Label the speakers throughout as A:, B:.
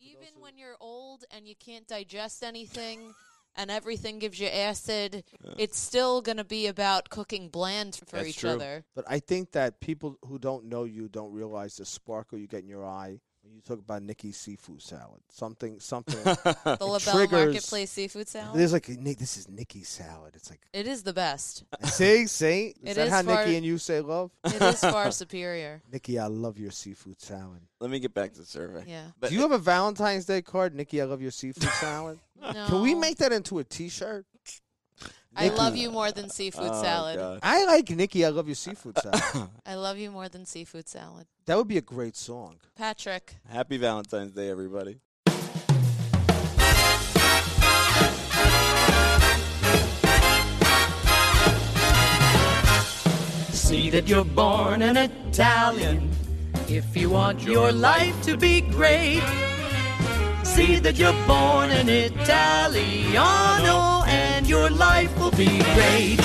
A: Even when you're old and you can't digest anything and everything gives you acid, it's still going to be about cooking bland for
B: That's
A: each
B: true.
A: other.
C: But I think that people who don't know you don't realize the sparkle you get in your eye when you talk about Nikki's seafood salad. Something, something.
A: The LaBelle
C: triggers-
A: Marketplace seafood salad.
C: There's like, Nick, this is Nikki's salad. It's like,
A: It is the best.
C: see, see, is
A: It
C: that
A: is
C: how
A: far-
C: Nikki and you say love?
A: It is far superior.
C: Nikki, I love your seafood salad.
B: Let me get back to the survey.
A: Yeah.
B: But
C: Do you have a Valentine's Day card, Nikki? I love your seafood salad.
A: No.
C: Can we make that into a T-shirt?
A: I love you more than seafood
B: Oh,
A: salad.
B: God.
C: I like Nikki. I love your seafood salad.
A: I love you more than seafood salad.
C: that would be a great song.
A: Patrick,
B: Happy Valentine's Day, everybody.
D: See that you're born an Italian if you want your life to be great. See that you're born an Italiano and your life will be great.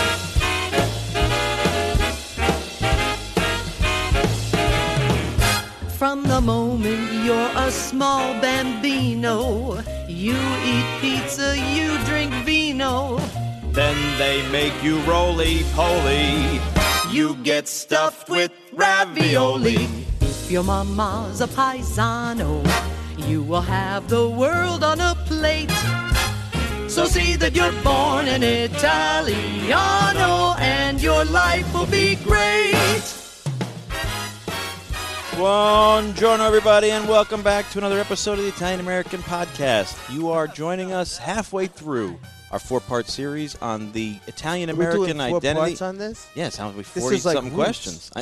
D: From the moment you're a small bambino, you eat pizza, you drink vino.
B: Then they make you roly poly.
D: You get stuffed with ravioli. If your mama's a paisano, you will have the world on a plate. So see that you're born an Italiano and your life will be great.
B: Buongiorno, everybody, and welcome back to another episode of the Italian American Podcast. You are joining us halfway through our four-part series on the Italian
C: We're
B: American
C: doing four
B: identity.
C: parts on this.
B: yes, how we
C: is
B: forty
C: like
B: something questions.
C: Roots.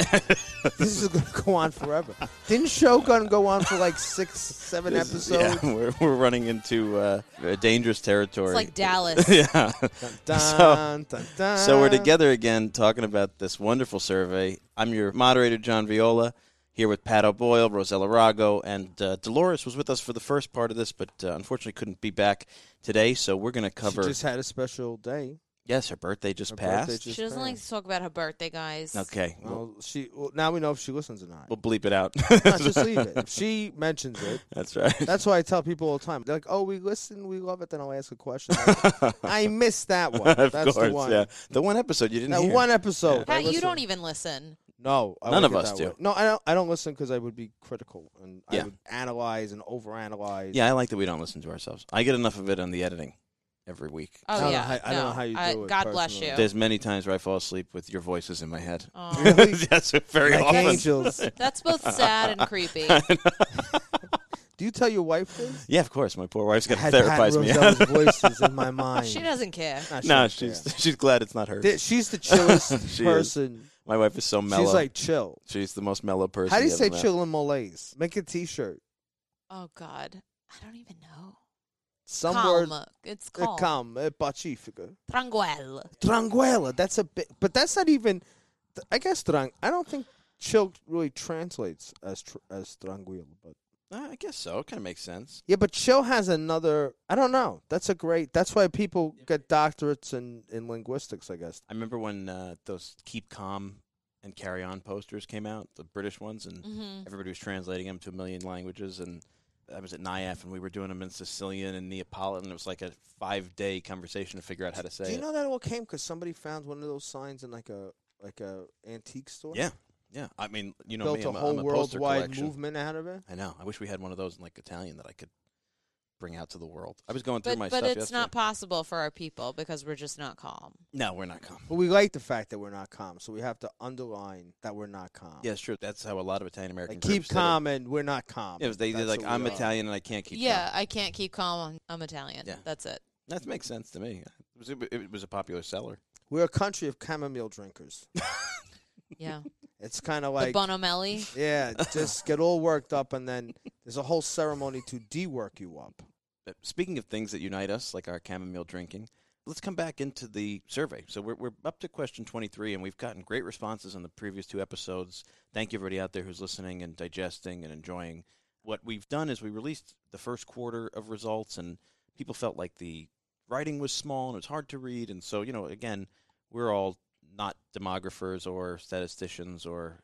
C: This is going to go on forever. Didn't Shogun go on for like six, seven
B: This is-
C: episodes?
B: yeah, we're, we're running into uh, dangerous territory.
A: it's like Dallas.
B: yeah.
C: Dun,
B: So-
C: dun, dun.
B: So we're together again talking about this wonderful survey. I'm your moderator, John Viola, here with Pat O'Boyle, Rosella Rago, and uh, Dolores was with us for the first part of this, but uh, unfortunately couldn't be back today. So we're going to
C: She
B: cover.
C: just had a special day.
B: yes, her birthday just
C: Her
B: passed.
C: birthday just
A: She doesn't like to
C: passed.
A: talk about her birthday, guys.
B: okay, we'll,
C: Well, she. Well, now we know if she listens or not.
B: we'll bleep it out.
C: No, just leave it. If she mentions it,
B: That's right.
C: that's why I tell people all the time. They're like, "Oh, we listen, we love it." Then I'll ask a question. Like, I missed that one.
B: of
C: that's
B: course,
C: the one.
B: yeah. The one episode you didn't
C: That
B: hear.
C: one episode. I
A: Pat, you
C: listen.
A: don't e-, even listen.
C: No, I
B: None
C: wouldn't
B: of
C: get
B: us
C: that
B: do.
C: way. No, I don't. I don't listen because I would be critical and I
B: Yeah.
C: would analyze and overanalyze.
B: yeah, I like that we don't listen to ourselves. I get enough of it on the editing every week.
A: Oh,
C: I don't know
A: yeah.
C: how- I don't know how you do it
A: God bless
C: personally.
A: you.
B: There's many times where I fall asleep with your voices in my head.
A: Aw.
B: yes, very
C: Like
B: often.
C: angels.
A: That's both sad and creepy.
C: do you tell your wife this?
B: Yeah, of course. My poor wife's got to
C: Had Pat
B: therapize me.
C: Roselle's voices in my mind.
A: She doesn't care.
C: Nah, she
B: no,
C: don't
B: she's
C: care.
B: she's glad it's not her.
C: Th- she's the chillest
B: She is.
C: person.
B: My wife is so mellow.
C: She's like chill.
B: she's the most mellow person.
C: How do you
B: I've
C: say
B: met.
C: chill in Malays? Make a T-shirt.
A: Oh God, I don't even know.
C: Some word.
A: calm. It's
C: Uh,
A: calm.
C: calm. Uh, pacifica.
A: Tranquil.
C: Tranquila. That's a bit, but that's not even. th- I guess trang. I don't think chill really translates as tr- as tranquila, but
B: Uh, I guess so. It kind of makes sense.
C: yeah. But chill has another. I don't know. That's a great. That's why people get doctorates in in linguistics. I guess.
B: I remember when uh, those "Keep Calm" and "Carry On" posters came out, the British ones, and everybody was translating them to a million languages. And I was at NIAF, and we were doing them in Sicilian and Neapolitan. It was like a five-day conversation to figure out how to say
C: Do you
B: it.
C: know that all came because somebody found one of those signs in like a like a antique store?
B: yeah, yeah. I mean, you know,
C: Built
B: me,
C: a
B: I'm
C: whole
B: I'm poster
C: worldwide
B: collection.
C: movement out of it.
B: I know. I wish we had one of those in like Italian that I could bring out to the world. I was going through
A: But
B: my
A: but
B: stuff
A: it's
B: yesterday.
A: not possible for our people because we're just not calm.
B: no, we're not calm.
C: But we like the fact that we're not calm, so we have to underline that we're not calm.
B: Yeah, it's true. That's how a lot of Italian American
C: Like, keep calm and we're not calm.
B: It was they they're
C: That's
B: like
C: what
B: I'm
C: we are.
B: Italian and I can't keep
A: yeah,
B: calm.
A: I can't keep calm. I'm, I'm Italian.
B: Yeah.
A: That's it.
B: That makes sense to me. It was, it was a popular seller.
C: We're a country of chamomile drinkers.
A: Yeah.
C: It's kind of
A: The
C: like
A: Bonomelli.
C: yeah, just get all worked up, and then there's a whole ceremony to de-work you up.
B: Uh, Speaking of things that unite us, like our chamomile drinking, let's come back into the survey. So we're, we're up to question 23, and we've gotten great responses on the previous two episodes. Thank you, everybody out there who's listening and digesting and enjoying. What we've done is we released the first quarter of results, and people felt like the writing was small and it was hard to read. And so, you know, again, we're all not demographers or statisticians or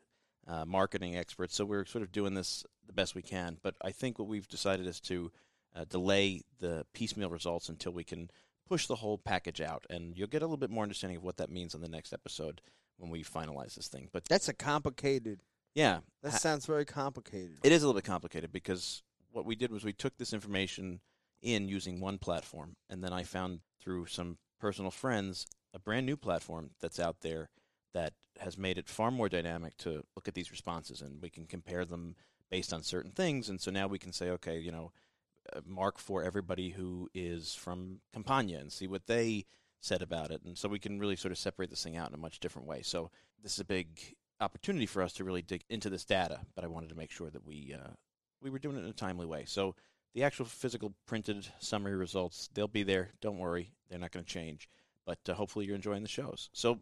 B: uh, marketing experts, so we're sort of doing this the best we can. But I think what we've decided is to uh, delay the piecemeal results until we can push the whole package out, and you'll get a little bit more understanding of what that means on the next episode when we finalize this thing. But
C: That's a complicated.
B: yeah,
C: That
B: ha-
C: sounds very complicated.
B: it is a little bit complicated because what we did was we took this information in using one platform, and then I found through some personal friends a brand new platform that's out there that has made it far more dynamic to look at these responses, and we can compare them based on certain things. And so now we can say, okay, you know, uh, mark for everybody who is from Campania and see what they said about it. And so we can really sort of separate this thing out in a much different way. So this is a big opportunity for us to really dig into this data, but I wanted to make sure that we uh, we were doing it in a timely way. So the actual physical printed summary results, they'll be there. Don't worry, they're not going to change. But uh, hopefully you're enjoying the shows. So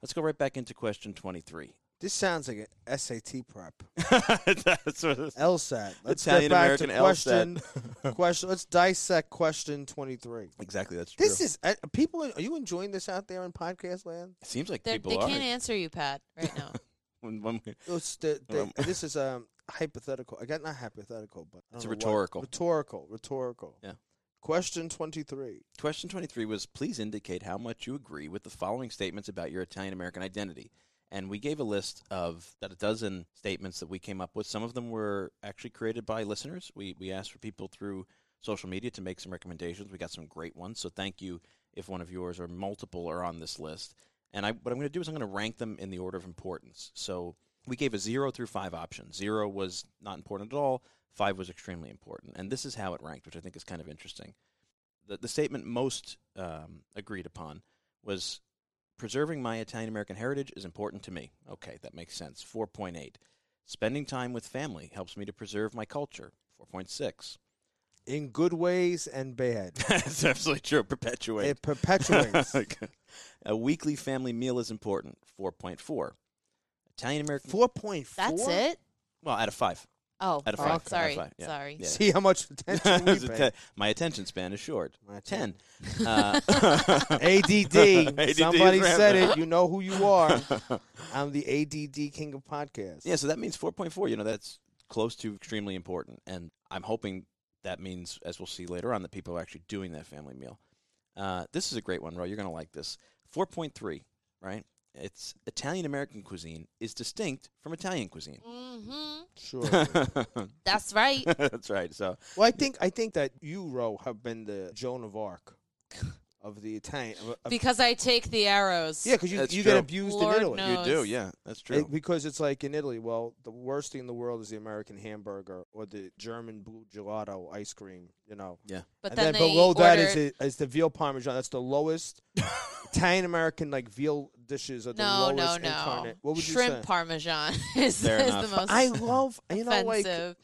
B: let's go right back into question 23.
C: This sounds like an SAT prep.
B: That's what
A: Oh.
B: it is.
C: LSAT. Let's get
B: Italian
C: back
B: American
C: to question.
B: LSAT.
C: question. Let's dissect question twenty-three.
B: Exactly, that's true.
C: This is uh, people. Are you enjoying this out there in podcast land?
B: it seems like
A: They're-
B: people
A: They
B: are.
A: can't answer you, Pat, right now.
B: When- when we-
C: It's the, the,
B: Um,
C: this is um, hypothetical. I got not hypothetical, but I
B: It's
C: don't know why.
B: rhetorical.
C: Rhetorical. Rhetorical.
B: Yeah.
C: Question twenty-three.
B: Question 23 was please indicate how much you agree with the following statements about your Italian American identity. And we gave a list of about a dozen statements that we came up with. Some of them were actually created by listeners. We, we asked for people through social media to make some recommendations. We got some great ones. So thank you if one of yours or multiple are on this list. And I, what I'm going to do is I'm going to rank them in the order of importance. So we gave a zero through five option. Zero was not important at all, five was extremely important. And this is how it ranked, which I think is kind of interesting the, the statement most um, agreed upon was preserving my Italian American heritage is important to me. Okay, that makes sense. 4.8. Spending time with family helps me to preserve my culture. 4.6.
C: In good ways and bad,
B: That's absolutely true. Perpetuate.
C: it perpetuates.
B: a weekly family meal is important. 4.4. Italian American.
C: Four point four.
A: That's it?
B: Well, out of five.
A: Oh,
B: Out of
C: Oh,
B: five.
C: okay.
A: sorry.
B: Out of five. Yeah.
A: Sorry.
B: Yeah.
C: See how much attention we pay.
B: My attention span is short.
C: My
B: Ten.
C: attention-
B: Uh,
C: ADD.
B: ADD
C: Somebody
B: is rampant.
C: said it. You know who you are. I'm the ADD king of podcasts.
B: Yeah, so that means 4.4. You know, that's close to extremely important. And I'm hoping that means, as we'll see later on, that people are actually doing that family meal. Uh, this is a great one, Ro. You're going to like this. 4.3, right? It's Italian American cuisine is distinct from Italian cuisine.
A: Mm-hmm.
C: Sure.
A: That's right.
B: that's right. So,
C: well, I think I think that you, Ro, have been the Joan of Arc of the Italian. Of, of,
A: because I take the arrows.
C: yeah, because you,
B: That's
C: you
B: true.
C: get abused
A: Lord
C: in Italy.
A: knows. You do,
B: yeah, that's
C: It- because it's like in Italy, well, the worst thing in the world is the American hamburger or the German blue gelato ice cream, you know.
A: But
C: and
A: then,
C: then,
A: they
C: below
A: order,
C: that is, the- is the veal parmesan. That's the lowest Italian American like veal dishes are the
A: no, no,
C: lowest
A: no.
C: incarnate. What would
A: Shrimp
C: you say?
A: parmesan is, is
B: Fair
A: the
B: enough.
A: most
C: I love you know like
A: offensive.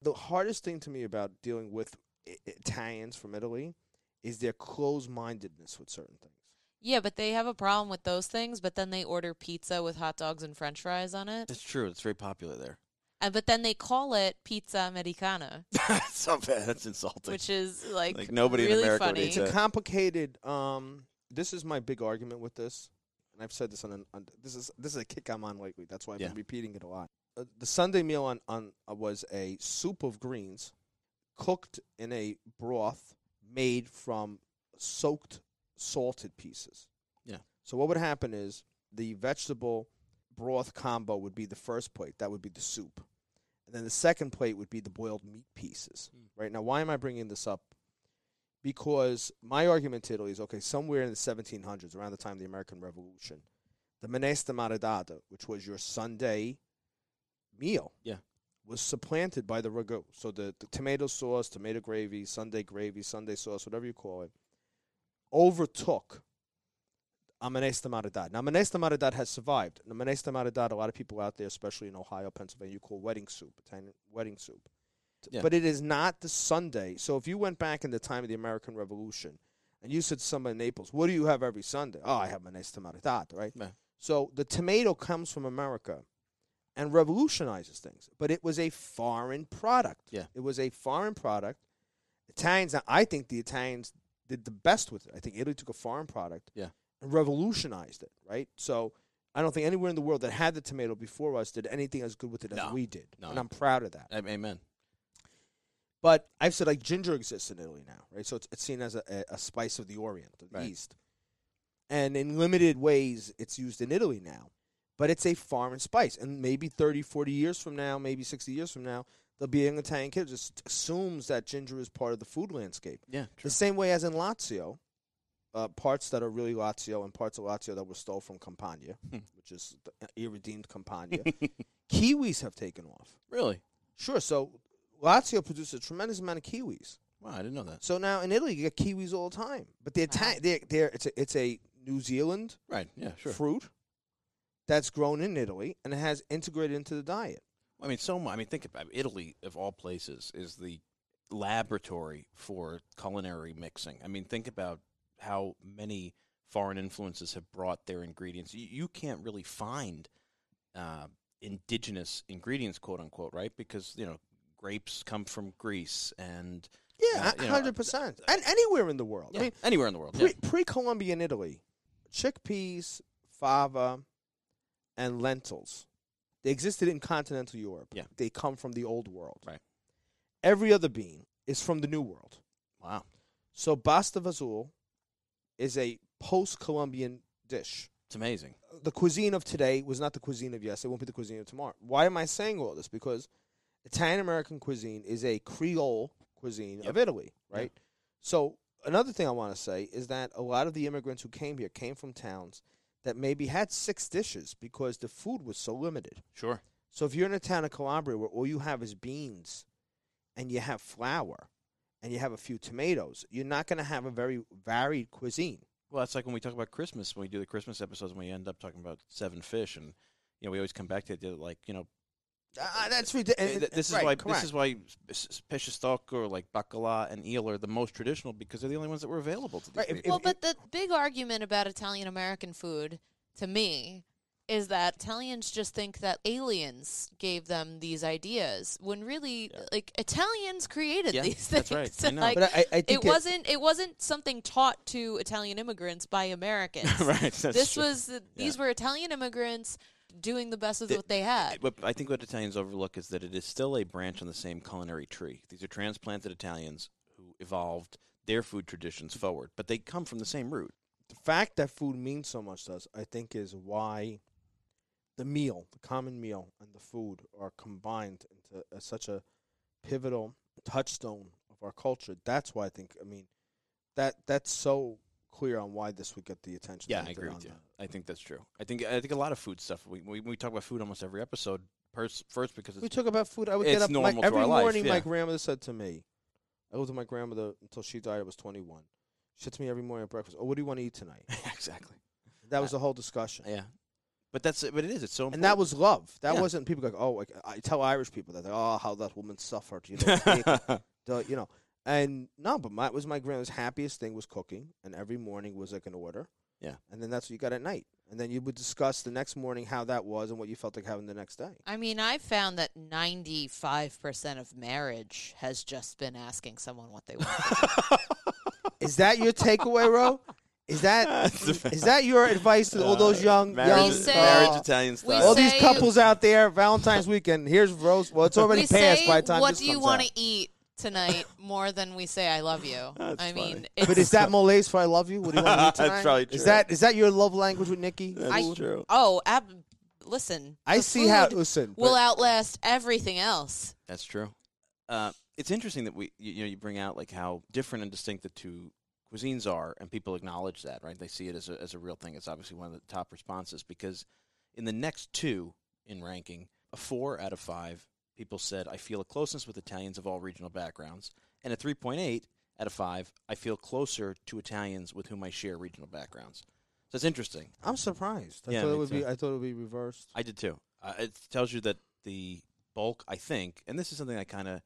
C: the hardest thing to me about dealing with I- Italians from Italy is their closed-mindedness with certain things.
A: yeah, but they have a problem with those things. But then they order pizza with hot dogs and French fries on it,
B: That's true. It's very popular there.
A: and but then they call it pizza americana,
B: so bad. That's insulting.
A: which is like,
B: like nobody in
A: really
B: America would
A: funny.
B: eat
C: It's a
B: Yeah.
C: complicated. Um, this is my big argument with this, and I've said this on, an, on this is this is a kick I'm on lately. That's why I've
B: Yeah.
C: been repeating it a lot. Uh, the Sunday meal on on uh, was a soup of greens, cooked in a broth made from soaked salted pieces.
B: Yeah.
C: So what would happen is the vegetable broth combo would be the first plate. That would be the soup. And then the second plate would be the boiled meat pieces.
B: Hmm.
C: Right now, why am I bringing this up? Because my argument to Italy is okay, somewhere in the 1700s, around the time of the American Revolution, the menesta maridata, which was your Sunday meal,
B: Yeah.
C: was supplanted by the ragu. So the, the tomato sauce, tomato gravy, Sunday gravy, Sunday sauce, whatever you call it, overtook Amanesta Maridad. Now, Amanesta Maridad has survived. And Amanesta Maridad, a lot of people out there, especially in Ohio, Pennsylvania, you call wedding soup, Italian wedding soup.
B: Yeah.
C: But it is not the Sunday. So if you went back in the time of the American Revolution and you said to somebody in Naples, what do you have every Sunday? Oh, I have Amanesta Maridad, right?
B: Yeah.
C: So the tomato comes from America and revolutionizes things. But it was a foreign product.
B: Yeah.
C: It was a foreign product. Italians, I think the Italians did the best with it. I think Italy took a foreign product and revolutionized it, right? So I don't think anywhere in the world that had the tomato before us did anything as good with it
B: No.
C: as we did.
B: No.
C: And I'm proud of that.
B: Am- Amen.
C: But I've said like ginger exists in Italy now, right? So it's, it's seen as a, a- a spice of the Orient, of the
B: Right.
C: East. And in limited ways, it's used in Italy now. But it's a foreign spice. And maybe 30, 40 years from now, maybe 60 years from now, there'll be an Italian kid who just assumes that ginger is part of the food landscape.
B: Yeah,
C: The same way as in Lazio, uh, parts that are really Lazio and parts of Lazio that were stole from Campania,
B: Hmm.
C: which is the uh, irredeemed Campania, kiwis have taken off.
B: Really?
C: Sure, so Lazio produces a tremendous amount of kiwis.
B: Wow, I didn't know that.
C: So now in Italy, you get kiwis all the time, but they're, ta- they're, they're it's a, it's a New Zealand
B: Right. Yeah. Sure.
C: fruit that's grown in Italy and it has integrated into the diet.
B: I mean, so much. I mean, think about it. Italy, of all places, is the laboratory for culinary mixing. I mean, think about how many foreign influences have brought their ingredients. You, you can't really find uh, indigenous ingredients, quote unquote, right? Because you know, grapes come from Greece, and
C: Yeah,
B: uh, you know,
C: hundred percent, and anywhere in the world.
B: yeah,
C: I mean,
B: anywhere in the world.
C: pre
B: yeah.
C: pre Columbian Italy, chickpeas, fava, and lentils. They existed in continental Europe.
B: Yeah.
C: They come from the old world.
B: Right.
C: Every other bean is from the new world.
B: Wow.
C: So basta vazul is a post Columbian dish.
B: It's amazing.
C: The cuisine of today was not the cuisine of yesterday, it won't be the cuisine of tomorrow. Why am I saying all this? Because Italian American cuisine is a Creole cuisine of Italy, right? So another thing I want to say is that a lot of the immigrants who came here came from towns that maybe had six dishes because the food was so limited.
B: Sure.
C: So if you're in a town of Calabria where all you have is beans and you have flour and you have a few tomatoes, you're not going to have a very varied cuisine.
B: Well, that's like when we talk about Christmas, when we do the Christmas episodes, and we end up talking about seven fish, and you know, we always come back to it, like you know,
C: Ah, that's ridiculous.
B: Uh, th- this is why this is why s- s- Peshistok or like Bacala and Eel are the most traditional because they're the only ones that were available to these
C: Right, if-
B: people.
A: Well, but the big argument about Italian American food to me is that Italians just think that aliens gave them these ideas when really like Italians created
B: Yeah,
A: these
B: that's
A: things.
B: right. I
A: And,
B: know.
A: Like,
C: But I- I think
A: it
C: it-
A: wasn't it wasn't something taught to Italian immigrants by Americans.
B: right. That's
A: this
B: true.
A: was these were Italian immigrants doing the best with what they had.
B: But I think what Italians overlook is that it is still a branch on the same culinary tree. These are transplanted Italians who evolved their food traditions forward, but they come from the same root.
C: the fact that food means so much to us, I think, is why the meal, the common meal, and the food are combined into a, such a pivotal touchstone of our culture. That's why I think. I mean, that that's so clear on why this would get the attention. that
B: I
C: it
B: agree
C: did
B: with you.
C: on
B: I think that's true. I think I think a lot of food stuff. We we, we talk about food almost every episode. Pers- first, because
C: We
B: it's
C: talk about food. I would
B: It's
C: get up like,
B: normal to
C: every
B: our life,
C: morning.
B: yeah.
C: My grandmother said to me, "I lived with my grandmother until she died. I was 21." She said to me every morning at breakfast, "Oh, what do you want to eat tonight?"
B: exactly.
C: That was the whole discussion.
B: Uh, Yeah, but that's but it is. It's so important.
C: And that was love. That
B: Yeah.
C: wasn't people like, oh, like, I tell Irish people that, oh, how that woman suffered, you know, sick, duh, you know. And no, but my was my grandma's happiest thing was cooking, and every morning was like an order.
B: Yeah.
C: and then that's what you got at night, and then you would discuss the next morning how that was and what you felt like having the next day.
A: I mean, I found that 95% of marriage has just been asking someone what they want.
C: Is that your takeaway, Ro? Is that is that your advice to all those young young
B: Uh, marriage,
A: We say-
C: uh,
B: marriage Italian
A: we
B: style.
C: all
A: say-
C: these couples out there? Valentine's weekend. Here's Rose. Well, it's already
A: we
C: passed
A: say,
C: by the time
A: what
C: this
A: do you
C: comes
A: want
C: out.
A: to eat tonight more than we say I love you. I mean, it's,
C: But is that Molaise for I love you? What do you want to eat
B: That's
C: tonight?
B: probably
C: Is
B: true.
C: that is that your love language with Nikki?
A: I,
B: true.
A: Oh, ab- listen.
C: I
A: the
C: see how-
A: food
C: listen,
A: will
C: but-
A: outlast everything else.
B: That's true. Uh, it's interesting that we you, you know you bring out like how different and distinct the two cuisines are, and people acknowledge that, right? They see it as a as a real thing. It's obviously one of the top responses because in the next two in ranking, a four out of five people said I feel a closeness with Italians of all regional backgrounds, and a three point eight out of five I feel closer to Italians with whom I share regional backgrounds. So it's interesting.
C: I'm surprised. I
B: Yeah,
C: thought it
B: me
C: would be.
B: too.
C: I thought it would be reversed.
B: I did too. Uh, it tells you that the bulk, I think, and this is something I kind of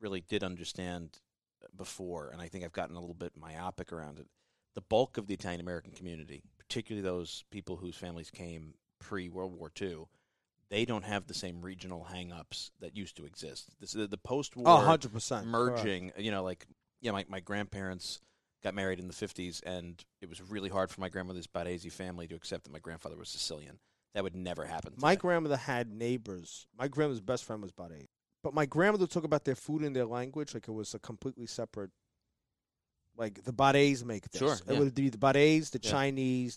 B: really did understand before, and I think I've gotten a little bit myopic around it. The bulk of the Italian American community, particularly those people whose families came pre World War II, they don't have the same regional hang-ups that used to exist. This, the, the post-war
C: Oh, 100 percent
B: merging. You know, like yeah, my my grandparents got married in the fifties, and it was really hard for my grandmother's Baresi family to accept that my grandfather was Sicilian. That would never happen.
C: My
B: today.
C: grandmother had neighbors. My grandmother's best friend was about eight. But my grandmother talked about their food and their language like it was a completely separate. Like the Bahrains make this.
B: Sure,
C: It
B: yeah.
C: would be the Bahrains, the
B: Yeah.
C: Chinese,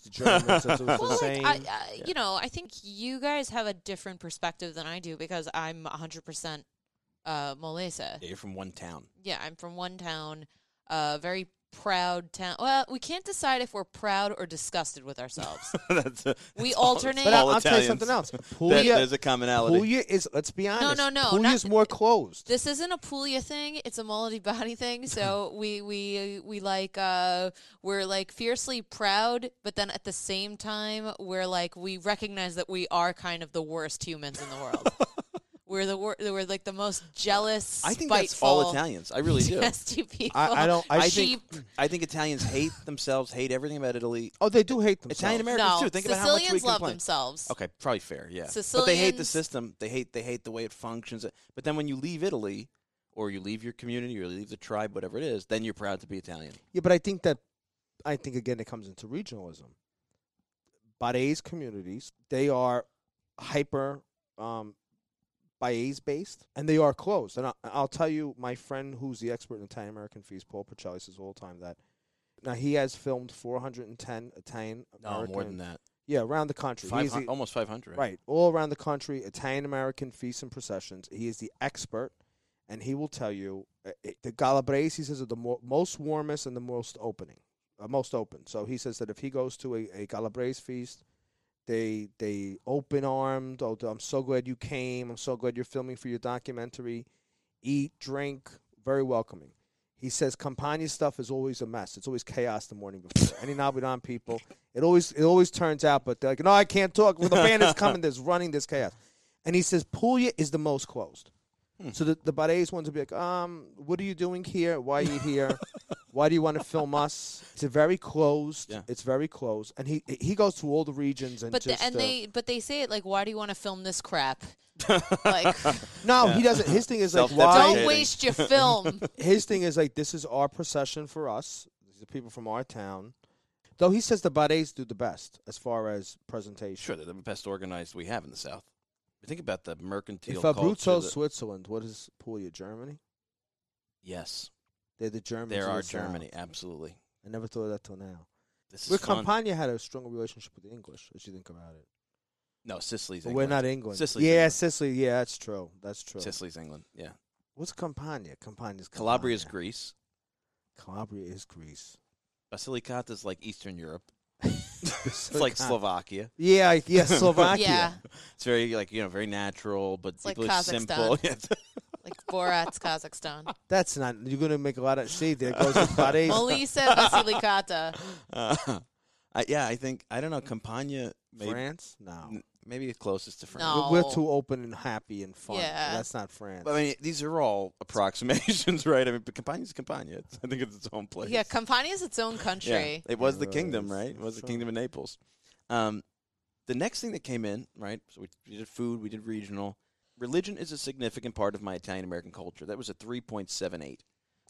C: the Germans. so it was the
A: well,
C: same.
A: like I, I you know, I think you guys have a different perspective than I do because I'm 100% uh, Molese.
B: yeah, you're from one town.
A: Yeah, I'm from one town, a very proud town. Well, we can't decide if we're proud or disgusted with ourselves.
B: that's a,
A: We
B: that's all-
A: alternate-
C: but
A: all
C: I'll, I'll tell you
B: Italians.
C: something else.
B: That- there's
C: Puglia,
B: a commonality.
C: Puglia is. Let's be honest.
A: no, no,
C: Puglia
A: not-
C: is more closed.
A: this isn't a Puglia thing; it's a Moldy Body thing. So we we we like uh, we're like fiercely proud, but then at the same time, we're like we recognize that we are kind of the worst humans in the world. we're the wor- we're like the most jealous.
B: I think that's
A: spiteful,
B: all Italians. I really do.
A: Nasty people.
C: I, I don't. I
B: I
C: think.
B: think I think Italians hate themselves, hate everything about Italy.
C: Oh, they do hate themselves.
B: Italian Americans
A: no,
B: too. Think about how much we
A: Sicilians love
B: complain.
A: themselves.
B: Okay, probably fair. Yeah, but they hate the
A: Sicilians-
B: system. They hate they hate the way it functions. But then when you leave Italy, or you leave your community, or you leave the tribe, whatever it is, then you're proud to be Italian.
C: Yeah, but I think that I think again it comes into regionalism. Bahrain's communities, they are hyper um Baez based and they are closed. And I, I'll tell you, my friend who's the expert in Italian American feast, Paul Pacelli, says all the time that now he has filmed 410 Italian American.
B: more than that.
C: Yeah, around the country. He is the-
B: 500, almost 500.
C: Right, all around the country, Italian American feasts and processions. He is the expert, and he will tell you uh, it- the Calabrese, he says, are the mo- most warmest and the most opening, uh, most open. So he says that if he goes to a, a Calabrese feast, they they open armed. Oh, I'm so glad you came. I'm so glad you're filming for your documentary. Eat, drink, very welcoming. He says Campagna stuff is always a mess. It's always chaos the morning before. Any Navidad people, it always it always turns out. But they're like, no, I can't talk. Well, the band is coming. There's running. There's chaos. And he says Puglia is the most closed. So the the Barés ones will be like, um, what are you doing here? Why are you here? Why do you want to film us? It's a very closed.
B: Yeah.
C: It's very closed. And he he goes through all the regions and
A: But the,
C: just
A: and
C: uh,
A: they but they say it like, why do you want to film this crap? like,
C: no, he doesn't. His thing is like
B: Self-deprecating.
C: why
A: don't waste your film.
C: his thing is like this is our procession for us. These are people from our town. Though he says the Barés do the best as far as presentation.
B: Sure, they're the best organized we have in the South. Think about the mercantile
C: If
B: culture.
C: Abruzzo,
B: that-
C: Switzerland, what is Puglia, Germany?
B: yes,
C: They're the Germans.
B: there
C: of the
B: are
C: South.
B: Germany. Absolutely.
C: I never thought of that till now.
B: This is
C: Where
B: fun.
C: Campania had a stronger relationship with the English, as you think about it.
B: no, Sicily's
C: But
B: England.
C: we're not England.
B: Sicily's
C: yeah,
B: England.
C: Sicily. Yeah, that's true. That's true.
B: Sicily's England. Yeah,
C: What's Campania? Campania's
B: Calabria is
C: Greece.
B: Greece.
C: Calabria is Greece.
B: Basilicata is like Eastern Europe. it's like Slovakia.
C: Yeah, I- yeah, Slovakia.
A: yeah,
B: It's very like you know very natural, but
A: It's like
B: equally simple.
A: like Borat's Kazakhstan.
C: That's not. You're gonna make a lot of. See, there goes the Paris.
A: Melissa Basilicata.
B: Uh, I, yeah, I think I don't know. Campania, maybe,
C: France? No.
B: n- maybe it's closest to France.
A: No.
C: We're, we're too open and happy and fun.
A: Yeah.
C: That's not France.
B: But, I mean, these are all approximations, right? I mean, but Campania's Campania. It's, I think it's its own place.
A: Yeah, Campania is its own country.
B: it was
C: It
B: the kingdom,
C: was,
B: right? It was the
C: sure.
B: kingdom of Naples. Um, the next thing that came in, right? So we, we did food, we did regional. Religion is a significant part of my Italian American culture. That was a 3.78.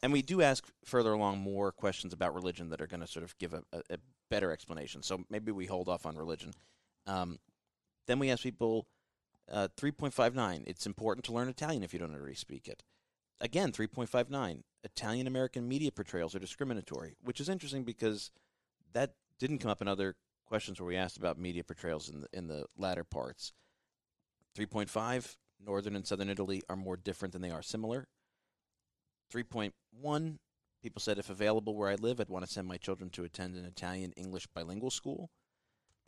B: And we do ask further along more questions about religion that are going to sort of give a, a, a better explanation. So maybe we hold off on religion. Um, then we ask people uh, 3.59. It's important to learn Italian if you don't already speak it. Again, 3.59. Italian American media portrayals are discriminatory, which is interesting because that didn't come up in other questions where we asked about media portrayals in the, in the latter parts. 3.5. Northern and Southern Italy are more different than they are similar. 3.1. People said if available where I live, I'd want to send my children to attend an Italian English bilingual school.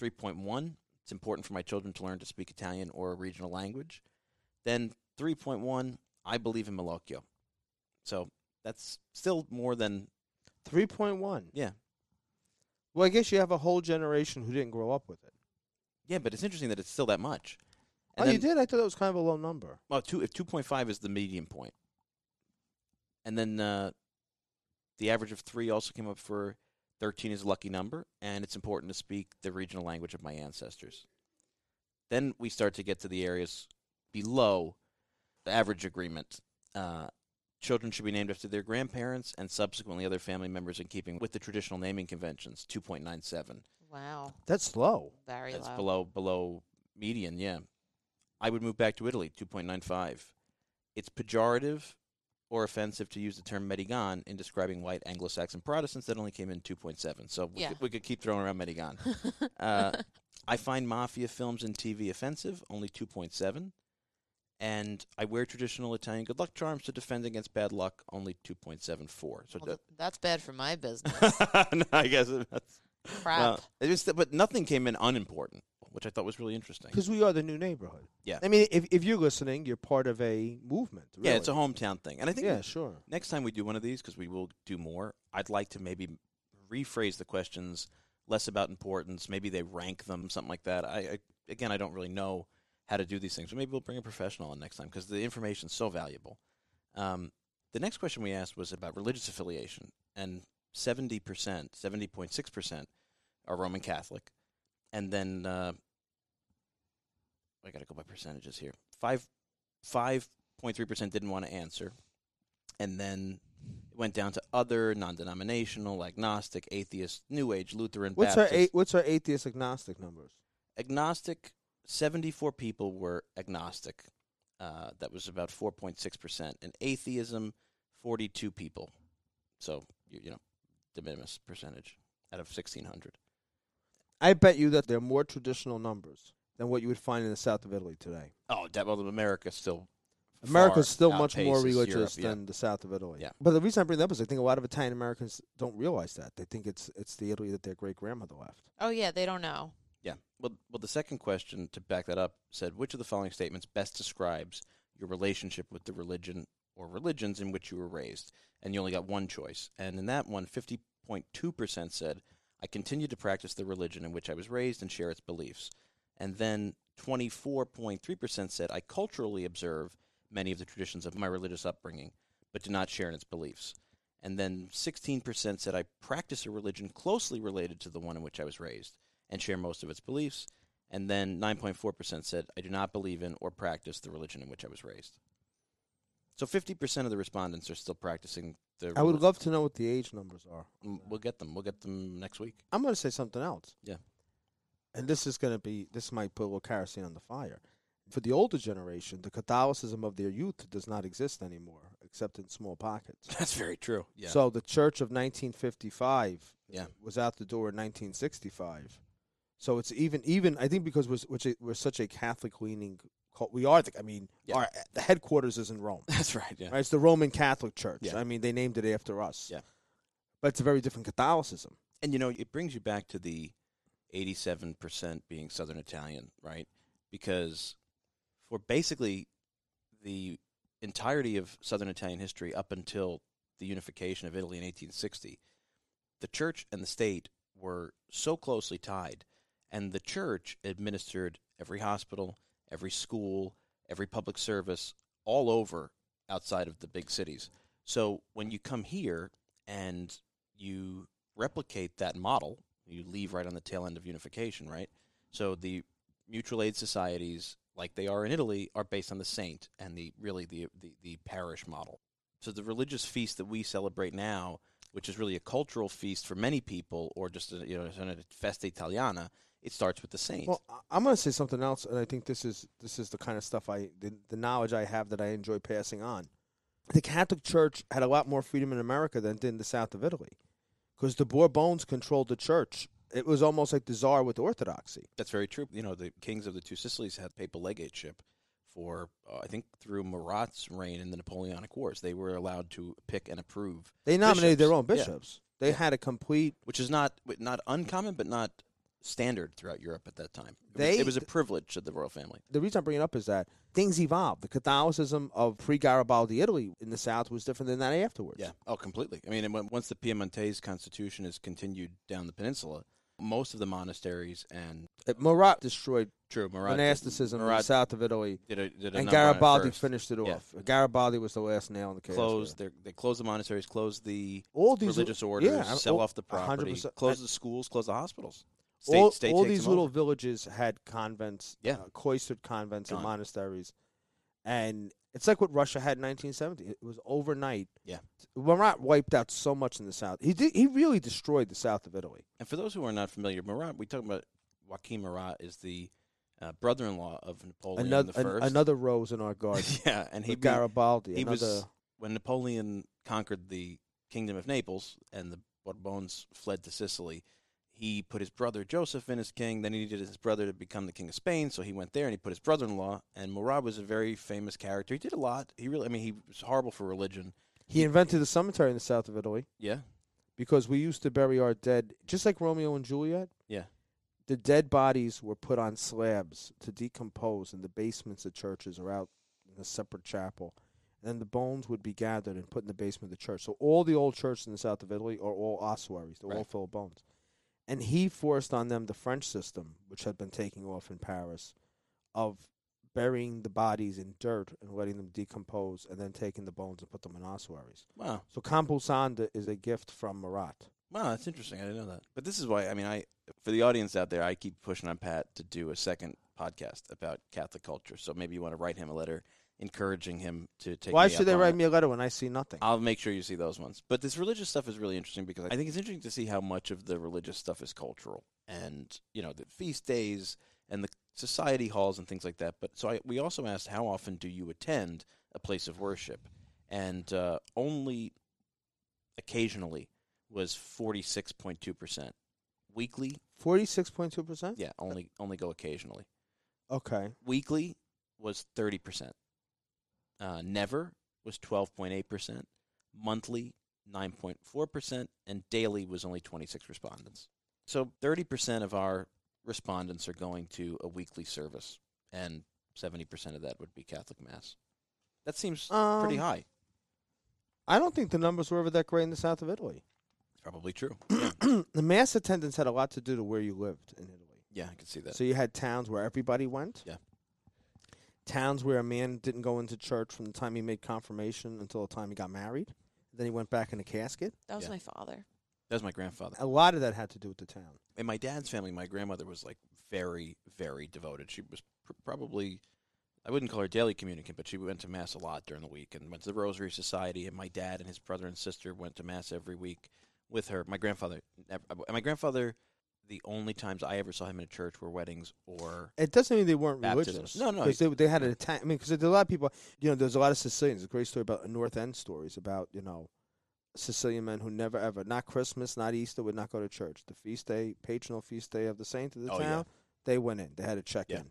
B: 3.1 it's important for my children to learn to speak italian or a regional language then 3.1 i believe in malocchio so that's still more than
C: 3.1.
B: yeah
C: Well, I guess you have a whole generation who didn't grow up with it.
B: Yeah, but it's interesting that it's still that much.
C: oh,
B: And
C: you
B: then-
C: did? I thought that was kind of a low number.
B: Well, two if two point five is the median point, and then uh, the average of three also came up for thirteen is a lucky number, and it's important to speak the regional language of my ancestors. Then we start to get to the areas below the average agreement. Uh, children should be named after their grandparents and subsequently other family members in keeping with the traditional naming conventions. Two point nine seven.
A: Wow.
C: That's low.
A: Very
B: That's
A: low.
B: below below median. Yeah, I would move back to Italy. Two point nine five. It's pejorative or offensive to use the term Medigan in describing white Anglo-Saxon Protestants that only came in two point seven. So we,
A: Yeah.
B: could, we could keep throwing around Medigan. uh, I find mafia films and TV offensive. Only two point seven. And I wear traditional Italian good luck charms to defend against bad luck. Only two point seven four. So
A: Well, th- that's bad for my business.
B: that, no, I guess it- that's
A: Crap.
B: well, it was th- but nothing came in unimportant, which I thought was really interesting.
C: Because we are the new neighborhood.
B: Yeah.
C: I mean, if, if you're listening, you're part of a movement. Really.
B: Yeah, it's a hometown thing, and I think
C: Yeah, sure.
B: next time we do one of these because we will do more. I'd like to maybe rephrase the questions less about importance. Maybe they rank them, something like that. I, I again, I don't really know how to do these things, but maybe we'll bring a professional on next time because the information's so valuable. Um, the next question we asked was about religious affiliation, and seventy percent, seventy point six percent, are Roman Catholic, and then uh, I got to go by percentages here. Five, five point three percent didn't want to answer, and then it went down to other non-denominational, agnostic, atheist, New Age, Lutheran,
C: What's our
B: Baptist,
C: a- what's our atheist agnostic numbers?
B: agnostic. Seventy-four people were agnostic. Uh, that was about four point six percent, and atheism, forty-two people. So you, you know, de minimis percentage out of sixteen hundred.
C: I bet you that they're more traditional numbers than what you would find in the south of Italy today.
B: Oh, that, well, America still.
C: America's
B: far
C: still much more
B: outpaces Europe,
C: religious
B: yeah.
C: than the south of Italy.
B: Yeah.
C: But the reason I bring that up is I think a lot of Italian Americans don't realize that. They think it's it's the Italy that their great grandmother left.
A: oh yeah, they don't know.
B: Yeah. Well, well, the second question to back that up said, which of the following statements best describes your relationship with the religion or religions in which you were raised? And you only got one choice. And in that one, 50.2% said, I continue to practice the religion in which I was raised and share its beliefs. And then 24.3% said, I culturally observe many of the traditions of my religious upbringing, but do not share in its beliefs. And then 16% said, I practice a religion closely related to the one in which I was raised and share most of its beliefs. And then 9.4% said, I do not believe in or practice the religion in which I was raised. So 50% of the respondents are still practicing the
C: I would
B: reli-
C: love to know what the age numbers are.
B: We'll get them. We'll get them next week.
C: I'm going to say something else.
B: Yeah.
C: And this is going to be this might put a little kerosene on the fire. For the older generation, the Catholicism of their youth does not exist anymore, except in small pockets.
B: That's very true. Yeah.
C: So the church of 1955
B: Yeah.
C: was out the door in 1965. So it's even even I think because we're s- which i- we're such a Catholic leaning cult. We are the, I mean
B: Yeah.
C: our the headquarters is in Rome.
B: that's right. Yeah.
C: Right? It's the Roman Catholic Church.
B: Yeah.
C: I mean they named it after us.
B: Yeah.
C: But it's a very different Catholicism.
B: And you know, it brings you back to the 87% being Southern Italian, right? Because for basically the entirety of Southern Italian history up until the unification of Italy in 1860, the church and the state were so closely tied, and the church administered every hospital, every school, every public service all over outside of the big cities. So when you come here and you replicate that model, you leave right on the tail end of unification, right? So the mutual aid societies, like they are in Italy, are based on the saint and the really the the, the parish model. So the religious feast that we celebrate now, which is really a cultural feast for many people, or just a, you know a festa italiana, it starts with the saint.
C: Well, I- I'm going to say something else, and I think this is this is the kind of stuff I the, the knowledge I have that I enjoy passing on. The Catholic Church had a lot more freedom in America than it did in the south of Italy, because the Bourbons controlled the church. It was almost like the Tsar with Orthodoxy.
B: That's very true. You know, the kings of the two Sicilies had papal legateship for, uh, I think, through Marat's reign in the Napoleonic Wars. They were allowed to pick and approve.
C: They nominated their
B: Bishops,
C: own
B: yeah.
C: bishops. They had a complete
B: which is not not uncommon, but not standard throughout Europe at that time. It was-
C: They-
B: it was a privilege of the royal family.
C: the reason I'm bringing it up is that things evolved. The Catholicism of pre Garibaldi Italy in the South was different than that afterwards.
B: Yeah. Oh, completely. I mean, and when, once the Piemontese constitution is continued down the peninsula, most of the monasteries and
C: Uh, Murat destroyed
B: true Murat
C: monasticism in the
B: Murat
C: south of Italy,
B: did a, did a
C: and
B: number on it
C: Garibaldi
B: first.
C: finished it off.
B: Yeah.
C: Garibaldi was the last nail in the case.
B: Closed. their- They closed the monasteries. Closed the
C: all these
B: religious
C: yeah, oh,
B: orders.
C: I-
B: sell
C: all-
B: off the property.
C: 100%.
B: Close the schools. Close the hospitals. State,
C: all
B: state
C: all
B: takes
C: these
B: them
C: little
B: over.
C: villages had convents,
B: Yeah.
C: uh, cloistered convents
B: Gone.
C: and monasteries, and it's like what Russia had in 1970. It was overnight.
B: Yeah.
C: Murat wiped out so much in the south. He did, he really destroyed the south of Italy.
B: And for those who are not familiar, Murat, we talk about Joaquin Murat is the uh, brother-in-law of Napoleon
C: another
B: the First.
C: another rose in our garden.
B: yeah, and he
C: with
B: be-
C: Garibaldi.
B: he
C: another,
B: was when Napoleon conquered the kingdom of Naples and the Bourbons fled to Sicily. He put his brother Joseph in as king. Then he needed his brother to become the king of Spain, so he went there and he put his brother-in-law. And Murat was a very famous character. He did a lot. He really, I mean, he was horrible for religion.
C: he invented the cemetery in the south of Italy
B: Yeah,
C: because we used to bury our dead just like Romeo and Juliet.
B: yeah,
C: The dead bodies were put on slabs to decompose in the basements of churches or out in a separate chapel. And then the bones would be gathered and put in the basement of the church. So all the old churches in the south of Italy are all ossuaries. They're all
B: Right.
C: full of bones. And he forced on them the French system, which had been taking off in Paris, of burying the bodies in dirt and letting them decompose and then taking the bones and put them in ossuaries.
B: wow.
C: So Campusanda is a gift from Marat.
B: Wow, that's interesting. I didn't know that. But this is why I mean, I for the audience out there, I keep pushing on Pat to do a second podcast about Catholic culture. So maybe you want to write him a letter encouraging him to take.
C: Why
B: me up
C: should they
B: on
C: write
B: it. Uh,
C: me a letter when I see nothing?
B: I'll make sure you see those ones. But this religious stuff is really interesting because I think it's interesting to see how much of the religious stuff is cultural and, you know, the feast days and the society halls and things like that. But so I, we also asked how often do you attend a place of worship? And uh, only occasionally was 46.2%. Weekly,
C: Forty-six point two percent.
B: yeah, only only go occasionally.
C: Okay.
B: Weekly was 30%. Uh, never was 12.8%. Monthly, 9.4%. And daily was only 26 respondents. So 30% of our respondents are going to a weekly service, and 70% of that would be Catholic Mass. That seems pretty
C: Um,
B: high.
C: I don't think the numbers were ever that great in the south of Italy.
B: Probably true.
C: the mass attendance had a lot to do to where you lived in Italy.
B: yeah, I can see that.
C: So you had towns where everybody went.
B: Yeah.
C: Towns where a man didn't go into church from the time he made confirmation until the time he got married. Then he went back in a casket.
A: That was
B: Yeah.
A: my father.
B: That was my grandfather.
C: A lot of that had to do with the town.
B: in my dad's family, my grandmother was like very, very devoted. She was pr- probably, I wouldn't call her daily communicant, but she went to mass a lot during the week and went to the Rosary Society. And my dad and his brother and sister went to mass every week with her. My grandfather, never, uh, my grandfather, the only times I ever saw him in a church were weddings or
C: It doesn't mean they weren't
B: Baptisms.
C: religious.
B: No, no,
C: because they, they had an attack. I mean, because a lot of people, you know, there's a lot of Sicilians. There's a great story about North End stories about you know Sicilian men who never ever, not Christmas, not Easter, would not go to church. The feast day, patronal feast day of the saint of the
B: Oh, yeah.
C: town, they went in. They had a check in.
B: Yeah.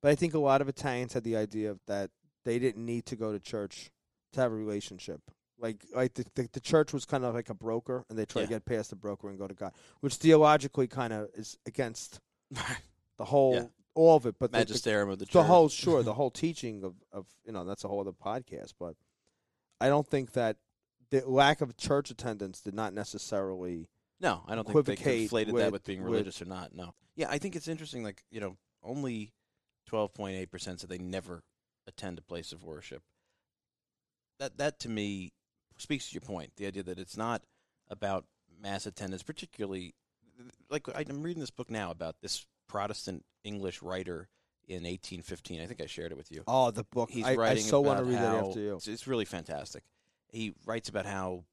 C: But I think a lot of Italians had the idea that they didn't need to go to church to have a relationship. Like, like the, the, the church was kind of like a broker, and they try to
B: Yeah.
C: get past the broker and go to God, which theologically kind of is against the whole,
B: Yeah.
C: all of it. But the- the,
B: magisterium of the church.
C: the whole sure the whole teaching of, of you know that's a whole other podcast but i don't think that the lack of church attendance did not necessarily
B: No, I don't think they
C: equivocate
B: conflated
C: with-
B: that with being
C: with-
B: religious or not. No. Yeah, I think it's interesting. Like you know, only twelve point eight percent said they never attend a place of worship. That that to me speaks to your point. The idea that it's not about mass attendance, particularly like I'm reading this book now about this Protestant English writer in 1815. I think I shared it with you.
C: oh the book
B: He's
C: I, I
B: writing.
C: so
B: want
C: want to read that after you
B: It's, it's really fantastic. He writes about how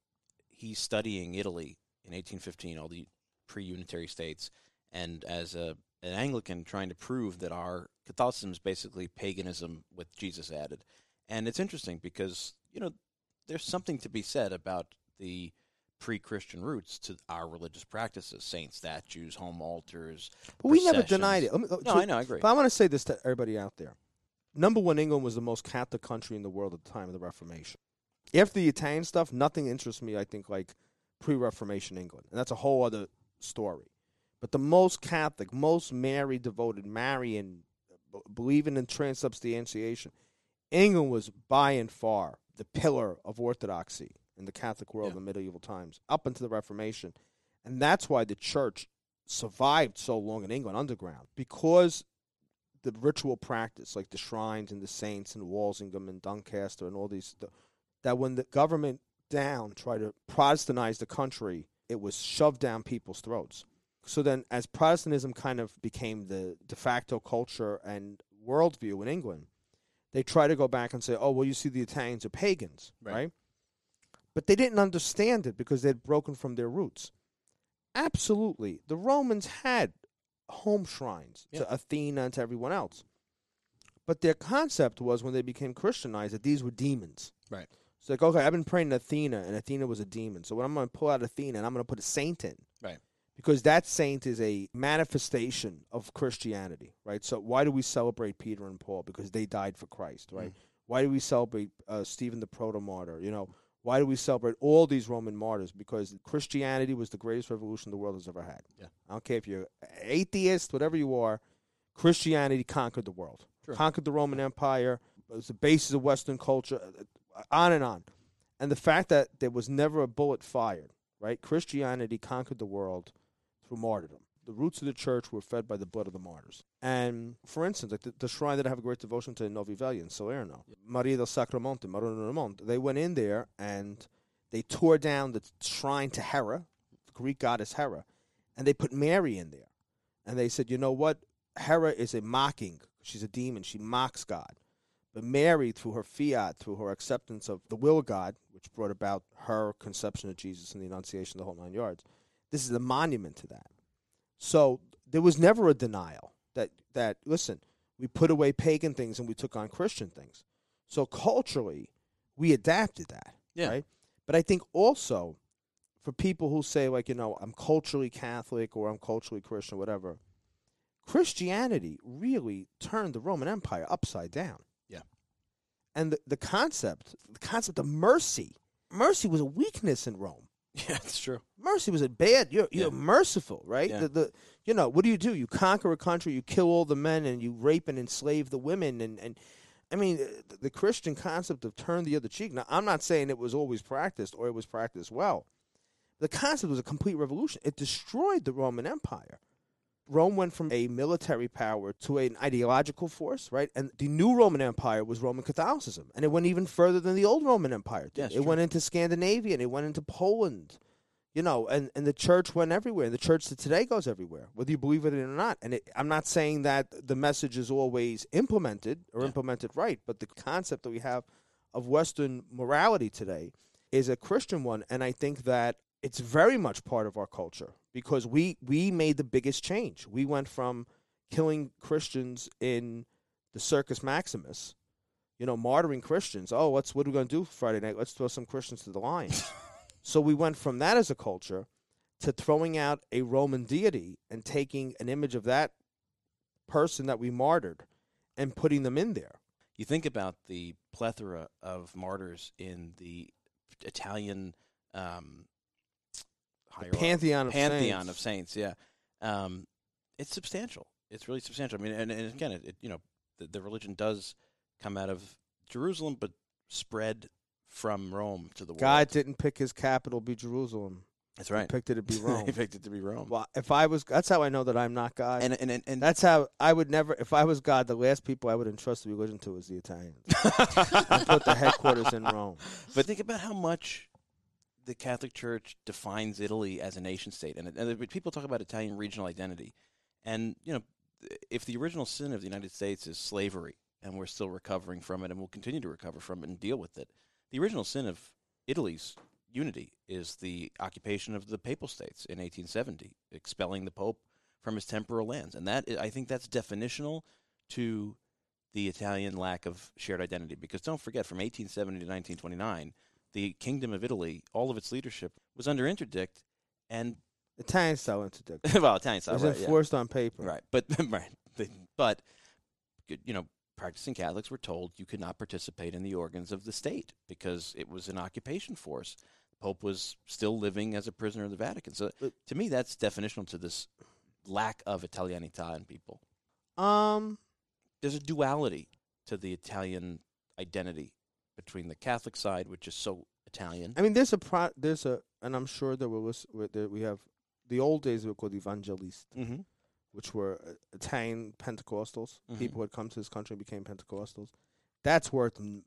B: he's studying Italy in 1815, all the pre-unitary states, and as a an Anglican trying to prove that our Catholicism is basically paganism with Jesus added. And it's interesting because you know there's something to be said about the pre-Christian roots to our religious practices: saint statues, home altars.
C: but we never
B: processions.
C: denied it Let me- uh, oh,
B: No,
C: so-
B: I know, I agree.
C: but i want to say this to everybody out there number one england was the most catholic country in the world at the time of the reformation after the italian stuff nothing interests me i think like pre-reformation england and that's a whole other story But the most Catholic, most Mary devoted, Marian, b- believing in transubstantiation, England was by and far the pillar of orthodoxy in the Catholic world in the medieval times, up until the Reformation. And that's why the church survived so long in England underground, because the ritual practice, like the shrines and the saints and Walsingham and Doncaster and all these, th- that when the government down tried to Protestantize the country, it was shoved down people's throats. So then, as Protestantism kind of became the de facto culture and worldview in England, they try to go back and say, oh, well, you see, the Italians are pagans,
B: Right.
C: right? But they didn't understand it because they'd broken from their roots. Absolutely. The Romans had home shrines
B: Yeah.
C: to Athena and to everyone else. But their concept was when they became Christianized that these were demons.
B: Right.
C: It's like, okay, I've been praying to Athena, and Athena was a demon. So when I'm going to pull out Athena and I'm going to put a saint in.
B: Right.
C: Because that saint is a manifestation of Christianity, right? So why do we celebrate Peter and Paul? Because they died for Christ, right? Why do we celebrate uh, Stephen the proto-martyr? You know, why do we celebrate all these Roman martyrs? Because Christianity was the greatest revolution the world has ever had.
B: Yeah.
C: I don't care if you're atheist, whatever you are, Christianity conquered the world,
B: Sure.
C: conquered the Roman Empire. It was the basis of Western culture, uh, on and on. And the fact that there was never a bullet fired, right? Christianity conquered the world through martyrdom. The roots of the church were fed by the blood of the martyrs. And for instance, like the, the shrine that I have a great devotion to in Novivella in Salerno, Maria del Sacramonte, Maria del Monte, they went in there and they tore down the shrine to Hera, the Greek goddess Hera, and they put Mary in there. And they said, you know what? Hera is a mocking. She's a demon. She mocks God. But Mary, through her fiat, through her acceptance of the will of God, which brought about her conception of Jesus and the Annunciation, the whole nine yards, this is a monument to that. So there was never a denial that, that listen, we put away pagan things and we took on Christian things. So culturally, we adapted that.
B: Yeah.
C: Right? But I think also for people who say, like, you know, I'm culturally Catholic or I'm culturally Christian, whatever, Christianity really turned the Roman Empire upside down and the, the concept the concept of mercy mercy was a weakness in rome
B: Yeah, that's true.
C: mercy was a bad you're, you're
B: Yeah.
C: merciful right
B: Yeah.
C: the, the, you know what do you do you conquer a country you kill all the men and you rape and enslave the women and, and i mean uh, the, the christian concept of turn the other cheek now i'm not saying it was always practiced or it was practiced well the concept was a complete revolution it destroyed the roman empire Rome went from a military power to an ideological force, right? And the new Roman Empire was Roman Catholicism, and it went even further than the old Roman Empire did.
B: Yes,
C: it
B: true.
C: went into Scandinavia, and it went into Poland, you know, and, and the church went everywhere. And the church that today goes everywhere, whether you believe it or not. And it, I'm not saying that the message is always implemented or implemented right, but the concept that we have of Western morality today is a Christian one, and I think that it's very much part of our culture because we we made the biggest change. We went from killing Christians in the Circus Maximus, you know, martyring Christians. Oh, what's what are we going to do Friday night? Let's throw some Christians to the lions. so we went from that as a culture to throwing out a Roman deity and taking an image of that person that we martyred and putting them in there.
B: You think about the plethora of martyrs in the Italian um,
C: The
B: hierarchy-
C: pantheon of
B: pantheon
C: saints.
B: of saints. Yeah, um, it's substantial. It's really substantial. I mean, and, and again, it, it you know the, the religion does come out of Jerusalem, but spread from Rome to the world.
C: God didn't pick his capital be Jerusalem.
B: that's right.
C: He picked it to be Rome.
B: he picked it to be Rome.
C: well, if I was, that's how I know that I'm not God.
B: and and and, and
C: that's how I would never. If I was God, the last people I would entrust the religion to is the Italians. I put the headquarters in Rome.
B: But think about how much the Catholic Church defines Italy as a nation state, and, and there- people talk about Italian regional identity, and you know, if the original sin of the United States is slavery, and we're still recovering from it, and we'll continue to recover from it and deal with it, the original sin of Italy's unity is the occupation of the Papal States in 1870, expelling the Pope from his temporal lands, and that I I think that's definitional to the Italian lack of shared identity. Because don't forget, from 1870 to 1929, the Kingdom of Italy, all of its leadership was under interdict, and
C: Italians fell into dick. It
B: well, Italian style,
C: was
B: right? yeah.
C: enforced on paper.
B: Right, but right, They- but you know, practicing Catholics were told you could not participate in the organs of the state because it was an occupation force. Pope was still living as a prisoner of the Vatican. So
C: But-
B: to me, that's definitional to this lack of Italianità in people.
C: Um,
B: There's a duality to the Italian identity between the Catholic side, which is so Italian.
C: I mean, there's a pro- there's a, and I'm sure that we're lis- we're- that we have the old days were called evangelists,
B: Mm-hmm.
C: which were uh, Italian Pentecostals.
B: Mhm.
C: People who had come to this country and became Pentecostals. That's worth m-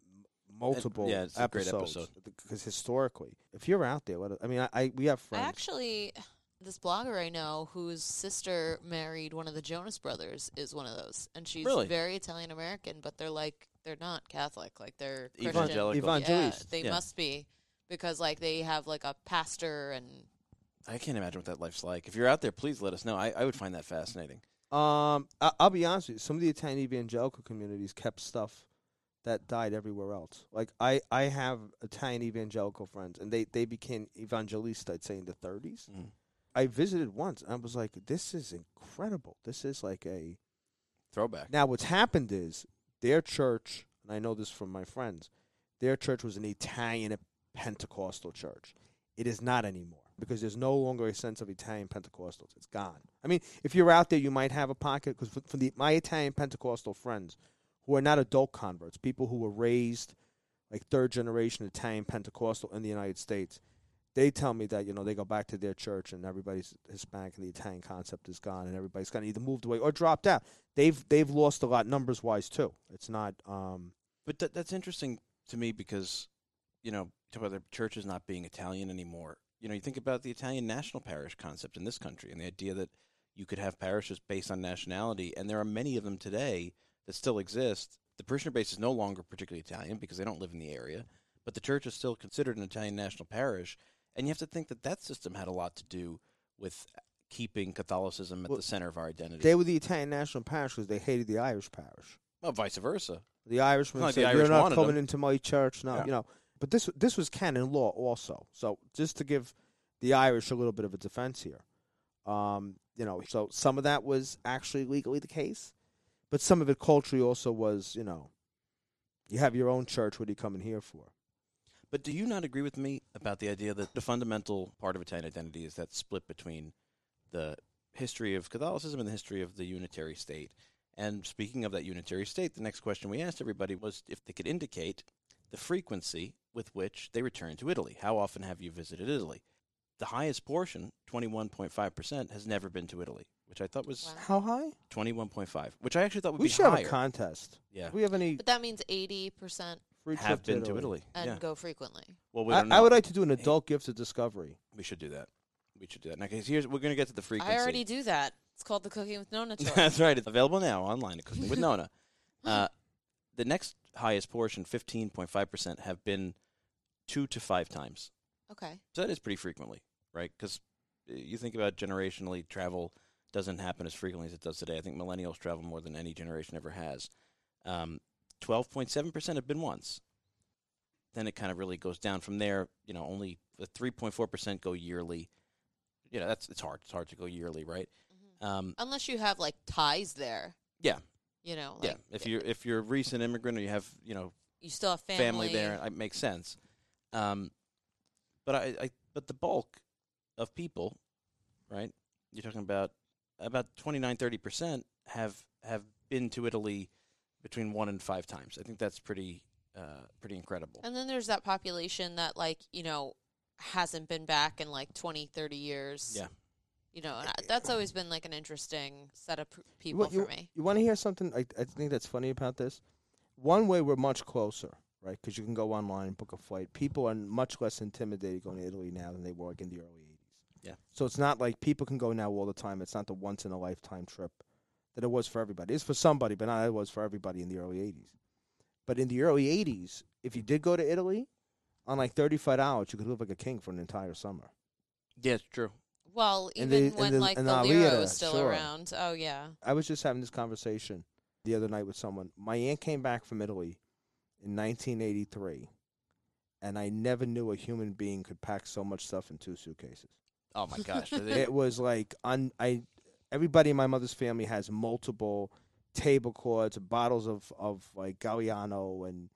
C: multiple
B: yeah, it's a great episode.
C: episodes because historically, if you're out there, what I mean, I, I we have friends.
A: I actually, this blogger I know whose sister married one of the Jonas Brothers is one of those, and she's
B: Really?
A: very Italian American, but they're like they're not Catholic, like they're Christian.
B: Evangelical.
A: Yeah,
C: Evangelist.
A: they
B: Yeah.
A: must be because like they have like a pastor and
B: I can't imagine what that life's like. If you're out there, please let us know. I, I would find that fascinating.
C: Um, I, I'll be honest with you. Some of the Italian evangelical communities kept stuff that died everywhere else. Like I, I have Italian evangelical friends, and they they became evangelists. I'd say in the 30s.
B: Mm.
C: I visited once, and I was like, "This is incredible. This is like a."
B: Throwback.
C: Now, what's happened is their church, and I know this from my friends. Their church was an Italian Pentecostal church. It is not anymore because there's no longer a sense of Italian Pentecostals. It's gone. I mean, if you're out there, you might have a pocket because for, for the, my Italian Pentecostal friends who are not adult converts, people who were raised like third generation Italian Pentecostal in the United States, they tell me that you know they go back to their church and everybody's Hispanic and the Italian concept is gone and everybody's gone either moved away or dropped out. They've they've lost a lot numbers wise too. It's not um
B: But that, that's interesting to me because, you know, talk about the churches not being Italian anymore. You know, you think about the Italian national parish concept in this country and the idea that you could have parishes based on nationality, and there are many of them today that still exist. The parishioner base is no longer particularly Italian because they don't live in the area, but the church is still considered an Italian national parish, and you have to think that that system had a lot to do with keeping Catholicism at
C: Well,
B: the center of our identity.
C: they were the Italian national parish because they hated the Irish parish.
B: well, vice versa.
C: The Irishman
B: Not
C: said,
B: the
C: "You're
B: Irish
C: not
B: wanted
C: coming
B: them."
C: into my church now."
B: Yeah.
C: You know, but this this was canon law also. So just to give the Irish a little bit of a defense here, um, you know, so some of that was actually legally the case, but some of it culturally also was. You know, you have your own church. What are you coming here for?
B: But do you not agree with me about the idea that the fundamental part of Italian identity is that split between the history of Catholicism and the history of the unitary state? And speaking of that unitary state, the next question we asked everybody was if they could indicate the frequency with which they return to Italy. How often have you visited Italy? The highest portion, 21.5%, has never been to Italy, which I thought was
A: Wow.
C: How high?
B: 21.5, which I actually thought would
C: we
B: be
C: should have
B: higher.
C: a contest.
B: Yeah.
C: Do we have any
A: but that means eighty percent
C: free
B: have
C: trip to
B: been to Italy.
A: and
B: Yeah.
A: go frequently.
B: Well, we
C: I,
B: don't
C: I
B: know.
C: would like to do an adult gift of discovery.
B: we should do that. We should do that. Now, 'cause here's we're going to get to the frequency.
A: I already do that. It's called the Cooking with Nona tour.
B: That's right. It's available now online at Cooking with Nona. Uh, the next highest portion, 15.5%, have been two to five times.
A: okay.
B: So that is pretty frequently, right? Because you think about generationally, travel doesn't happen as frequently as it does today. I think millennials travel more than any generation ever has. Um, 12.7% have been once. Then it kind of really goes down from there. You know, only the 3.4% go yearly. You know, that's it's hard. It's hard to go yearly, right? Um,
A: Unless you have like ties there,
B: yeah,
A: you know.
B: yeah,
A: Like,
B: if you're if you're a recent immigrant or you have you know
A: you still have
B: family,
A: family,
B: there, it makes sense. Um, but I, I but the bulk of people, right? You're talking about about 29, 30 percent have have been to Italy between one and five times. I think that's pretty uh, pretty incredible.
A: And then there's that population that like, you know, hasn't been back in like 20, 30 years.
B: Yeah.
A: You know, and I- that's always been like an interesting set of p- people
C: want-
A: for me.
C: You want to hear something? I, I think that's funny about this. One way we're much closer, right? Because you can go online and book a flight. People are much less intimidated going to Italy now than they were like in the early '80s.
B: Yeah.
C: So it's not like people can go now all the time. It's not the once in a lifetime trip that it was for everybody. It's for somebody, but not it was for everybody in the early '80s. But in the early '80s, if you did go to Italy, on like thirty-five dollars, you could live like a king for an entire summer.
B: Yeah, it's true.
A: Well,
C: And
A: even
C: the-
A: when
C: and the-
A: like
C: and
A: the
C: the
A: lira
C: lira,
A: is still
C: sure.
A: around. Oh yeah.
C: I was just having this conversation the other night with someone. My aunt came back from Italy in 1983, and I never knew a human being could pack so much stuff in two suitcases.
B: Oh my gosh, They-
C: it was like un, I. Everybody in my mother's family has multiple tablecloths, bottles of of like Galliano, and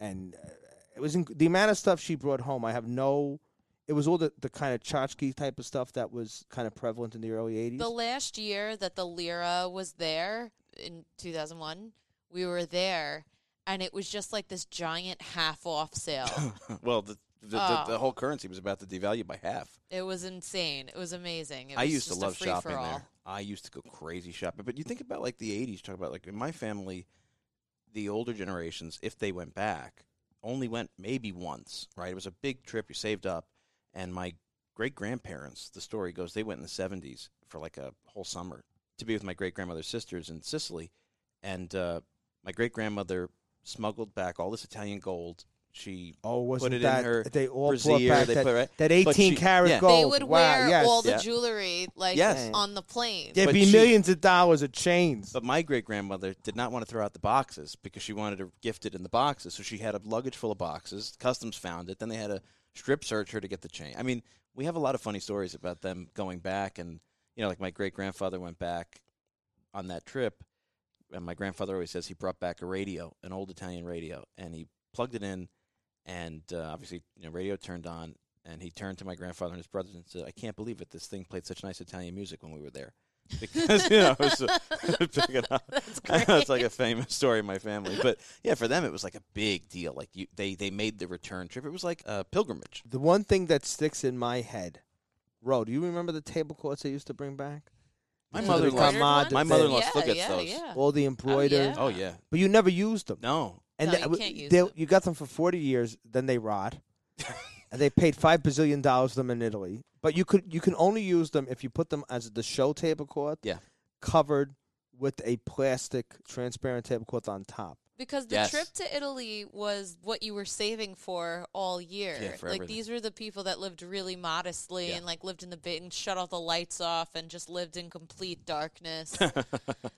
C: and uh, it was inc- the amount of stuff she brought home. I have no it was all the, the kind of tchotchke type of stuff that was kind of prevalent in the early 80s.
A: The last year that the lira was there in 2001, we were there, and it was just like this giant half off sale.
B: well, the the,
A: Oh.
B: the the whole currency was about to devalue by half.
A: it was insane. It was amazing. It
B: I
A: was
B: used to
A: just
B: love
A: a free
B: shopping
A: for all.
B: there. I used to go crazy shopping. But you think about like the '80s. Talk about like in my family, the older generations, if they went back, only went maybe once. Right? It was a big trip. You saved up, and my great grandparents. The story goes they went in the '70s for like a whole summer to be with my great grandmother's sisters in Sicily, and uh, my great grandmother smuggled back all this Italian gold. She
C: Oh, wasn't
B: it in
C: that
B: her
C: they all brought
B: brassiere,
C: back
B: they
C: that,
B: put- right?
C: that
B: But
C: 18
B: she-
C: karat
B: yeah.
C: gold?
A: They would
C: wow,
A: wear
C: yes.
A: all the
B: Yeah.
A: jewelry like
B: Yes.
A: on the plane.
C: There'd
B: but
C: be
B: she-
C: millions of dollars of chains.
B: But my great grandmother did not want to throw out the boxes because she wanted to gift it in the boxes. So she had a luggage full of boxes. Customs found it. Then they had to strip search her to get the chain. I mean, we have a lot of funny stories about them going back. And, you know, like my great grandfather went back on that trip. And my grandfather always says he brought back a radio, an old Italian radio, and he plugged it in. And uh, obviously, you know, radio turned on. And he turned to my grandfather and his brothers and said, I can't believe it. This thing played such nice Italian music when we were there. Because, you know, it was, uh, pick it up.
A: That's
B: I
A: great.
B: know it's like a famous story in my family, but yeah, for them it was like a big deal. Like you, they they made the return trip. It was like a pilgrimage.
C: the one thing that sticks in my head, Ro, do you remember the tablecloths they used to bring back?
B: My
C: Yeah.
B: mother in law,
C: Embroidered ones?
B: my mother in law
A: Yeah,
B: still gets
A: yeah,
B: those.
A: yeah.
C: All the embroidered,
A: yeah.
B: Oh yeah,
C: but you never used them.
B: no,
C: And
A: No,
C: that
A: you
C: w-
A: can't use
C: they-
A: them.
C: You got them for 40 years, then they rot. and they paid five bazillion dollars for them in Italy. But you could you can only use them if you put them as the show tablecloth,
B: Yeah.
C: covered with a plastic transparent tablecloth on top.
A: Because the
B: Yes.
A: trip to Italy was what you were saving for all year.
B: Yeah, for
A: like
B: everything.
A: these were the people that lived really modestly
B: Yeah.
A: and like lived in the big and shut all the lights off and just lived in complete darkness.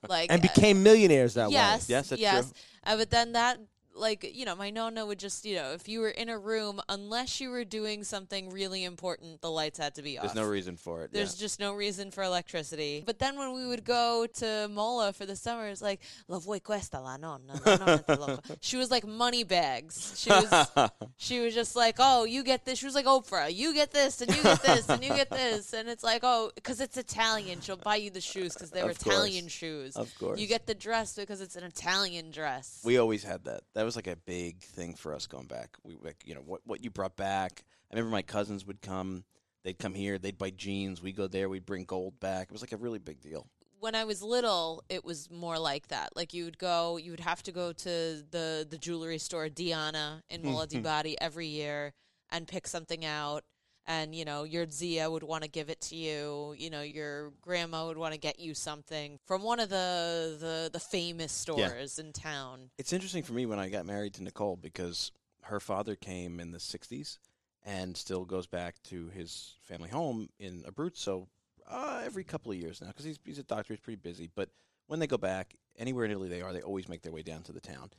A: like
C: And
A: uh,
C: became millionaires that way.
A: yes,
B: Yes, that's
A: yes.
B: true.
A: Uh, but then that like you know my nonna would just you know if you were in a room unless you were doing something really important the lights had to be off.
B: there's no reason for it.
A: There's just no reason for electricity. But then when we would go to Mola for the summer, it's like, la vuoi questa, la nonna, la nonna te lo fa." She was like money bags. She was, she was just like, oh, you get this. She was like Oprah, you get this, and you get this, and you get this. And it's like, oh, because it's Italian. She'll buy you the shoes because they're
B: Of course.
A: Italian shoes.
B: Of course.
A: You get the dress because it's an Italian dress.
B: we always had that. That was like a big thing for us going back. We like you know what what you brought back. I remember my cousins would come. They'd come here. They'd buy jeans. We would go there. We'd bring gold back. It was like a really big deal.
A: when I was little, it was more like that. Like you would go, you would have to go to the the jewelry store Diana in
B: Hmm,
A: Mola di Bari every year and pick something out. And you know, your Zia would want to give it to you. You know, your grandma would want to get you something from one of the the, the famous stores in town.
B: It's interesting for me when I got married to Nicole because her father came in the 60s and still goes back to his family home in Abruzzo uh, every couple of years now because he's, he's a doctor, he's pretty busy. But when they go back, anywhere in Italy they are, they always make their way down to the town.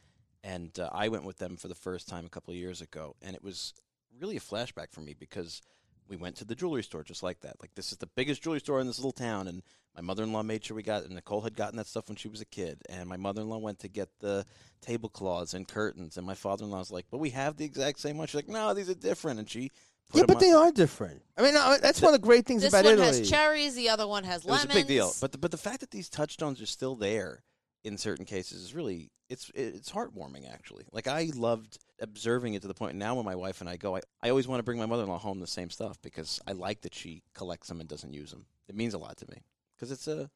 B: And uh, I went with them for the first time a couple of years ago, and it was really a flashback for me because we went to the jewelry store just like that. Like this is the biggest jewelry store in this little town, and my mother-in-law made sure we got. And Nicole had gotten that stuff when she was a kid, and my mother-in-law went to get the tablecloths and curtains, and my father-in-law's like, "But we have the exact same one." She's like, "No, these are different," and she. Put
C: Yeah,
B: 'em
C: but
B: on-
C: they are different. I mean, uh, that's one of the great things
A: This
C: about
A: one
C: Italy.
A: has cherries, the other one has
B: it was
A: lemons.
B: a big deal. But the, but the fact that these touchstones are still there in certain cases is really it's it's heartwarming actually. Like I loved observing it to the point now when my wife and I go, I, I always want to bring my mother in law home the same stuff because I like that she collects them and doesn't use them. It means a lot to me because it's a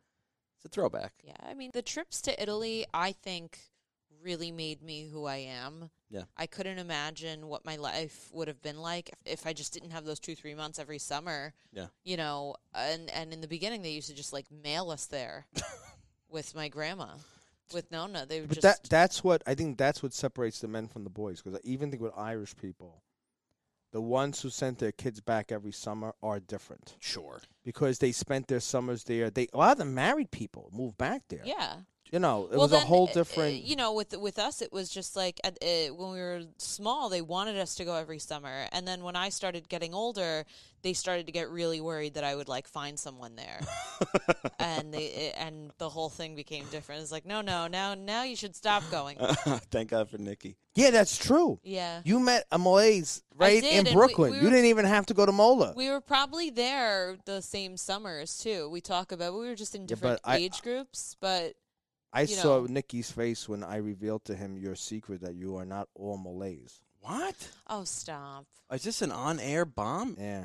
B: it's a throwback.
A: Yeah, I mean, the trips to Italy, I think, really made me who I am.
B: Yeah.
A: I couldn't imagine what my life would have been like if- if I just didn't have those two, three months every summer.
B: Yeah.
A: You know, and and in the beginning, they used to just like mail us there with my grandma, with Nona. They would
C: But
A: just
C: that that's what I think that's what separates the men from the boys because I even think with Irish people, the ones who sent their kids back every summer are different
B: Sure.
C: because they spent their summers there. They a lot of them married people moved back there.
A: yeah.
C: You know, it
A: well,
C: was
A: then,
C: a whole
A: uh,
C: different.
A: uh, you know, with with us, it was just like at, uh, when we were small, they wanted us to go every summer, and then when I started getting older, they started to get really worried that I would like find someone there, and they uh, and the whole thing became different. It's like, no, no, now now you should stop going.
B: Thank God for Nikki.
C: yeah, that's true.
A: Yeah,
C: You met a Malays right
A: did, and
C: in
A: we-
C: Brooklyn.
A: we
C: you
A: were-
C: didn't even have to go to Mola.
A: we were probably there the same summers too. We talk about we were just in
C: Yeah,
A: different
C: but I-
A: age groups, but
C: I
A: you
C: saw
A: know.
C: Nikki's face when I revealed to him your secret that you are not all Malays.
B: What?
A: oh, stop.
B: Is this an on-air bomb?
C: Yeah,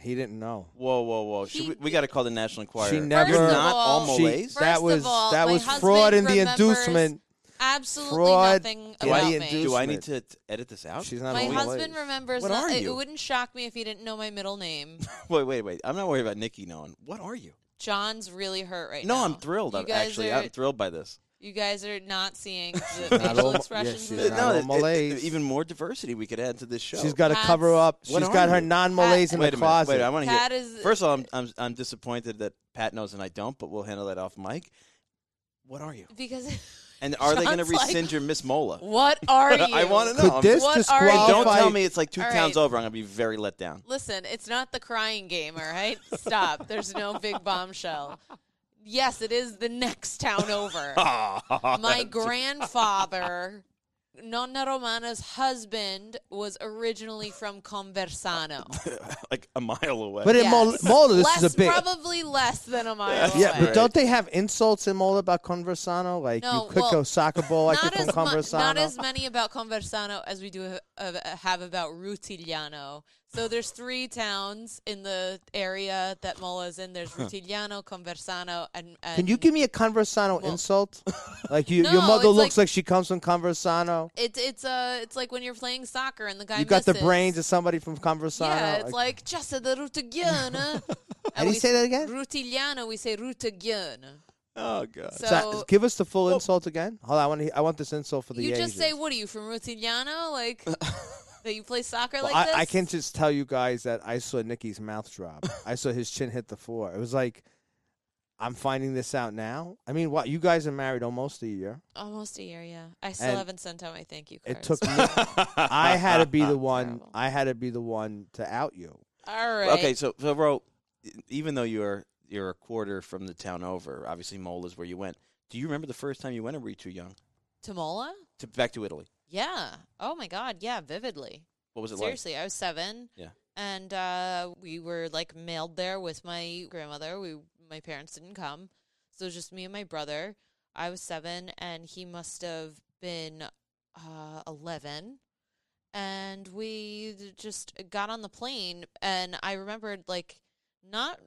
C: he didn't know.
B: Whoa, whoa, whoa! Should
A: He-
B: we, we got to call the National Enquirer.
C: She
B: You're
C: never-
A: First of
B: not all
A: all-
B: Malays.
A: First
C: that
A: of
C: was
A: all,
C: that
A: my
C: was
A: husband
C: fraud in the
A: remembers-
C: inducement.
A: Absolutely
C: Fraud
A: nothing
C: in
B: do, I,
A: about
C: the
A: me.
B: do I need
C: inducement.
B: to t- edit this out?
C: She's not
A: My
C: all Malays.
A: husband remembers.
B: What
A: not-
B: are
A: it-
B: you?
A: It wouldn't shock me if he didn't know my middle name.
B: wait, wait, wait! I'm not worried about Nikki knowing. What are you?
A: John's really hurt right
B: no,
A: now.
B: I'm thrilled.
A: You
B: I'm
A: guys
B: actually,
A: are,
B: I'm thrilled by this.
A: You guys are not seeing the
C: not all-
A: facial
C: yeah,
A: expressions.
C: she's
A: of
C: not
A: the-
C: all
B: no, it- it-
C: Malays.
B: even more diversity we could add to this show.
C: She's got to
A: Hats.
C: cover up.
B: What
C: She's
B: are
C: got her
B: you?
C: non-Malays in
B: wait
C: the
B: a
C: closet.
B: minute. Wait, I want to hear.
A: Pat is-
B: First of all, I'm, I'm I'm disappointed that Pat knows and I don't, but we'll handle that off mic. What are you?
A: because
B: And are they going to
A: John's like,
B: rescind your Miss Mola?
A: what are you?
B: I wanna know.
C: Could
B: I'm-
C: this
A: What are you?
B: Hey,
C: disqualify?
B: don't tell me it's like two
A: All
B: towns
A: right.
B: over. I'm going to be very let down.
A: Listen, it's not the crying game, all right? Stop. There's no big bombshell. Yes, it is the next town over.
B: Oh,
A: My grandfather, Nonna Romana's husband, was originally from Conversano.
B: like a mile away.
C: But in Mol-
A: Yes.
C: Mola, this
A: less,
C: is a big.
A: probably less than a mile away.
C: Yeah, but
B: Right.
C: don't they have insults in Mola about Conversano? Like
A: No,
C: you could
A: well,
C: go soccer ball. I could
A: not
C: from
A: as, mu-
C: Conversano.
A: not as many about Conversano as we do uh, have about Rutigliano. So there's three towns in the area that Mola is in. There's Rutigliano, Conversano, and, and
C: Can you give me a Conversano
A: Well-
C: insult? Like you,
A: No,
C: your mother
A: it's
C: looks
A: like-
C: like, she comes from Conversano.
A: It's it's uh it's like when you're playing soccer and the guy
C: You got the
A: misses.
C: brains of somebody from Conversano.
A: Yeah, it's like just a Rutigliano. How
C: do you say that again?
A: Rutigliano. We say Rutigliano.
B: oh god.
A: So,
C: So, give us the full insult again. Hold on, I want to, I want this insult for the
A: you just
C: Asians.
A: say, "What are you from Rutigliano?" Like that you play soccer
C: Well,
A: like this.
C: I, I can just tell you guys that I saw Nicky's mouth drop. I saw his chin hit the floor. It was like, I'm finding this out now. I mean, what you guys are married almost a year.
A: Almost a year, yeah. I still
C: And
A: haven't sent out my thank you cards.
C: It took me. I had to be the one.
A: Terrible.
C: I had to be the one to out you.
A: All right.
B: Okay, so so Ro, e, even though you're you're a quarter from the town over, obviously Mola is where you went. Do you remember the first time you went, or were you too young?
A: Tamola?
B: To, back to Italy.
A: Yeah. Oh my God. Yeah. Vividly.
B: What was it
A: Seriously, I was seven.
B: Yeah.
A: And uh, we were like mailed there with my grandmother. We my parents didn't come, so it was just me and my brother. I was seven, and he must have been uh, eleven. And we just got on the plane, and I remembered like not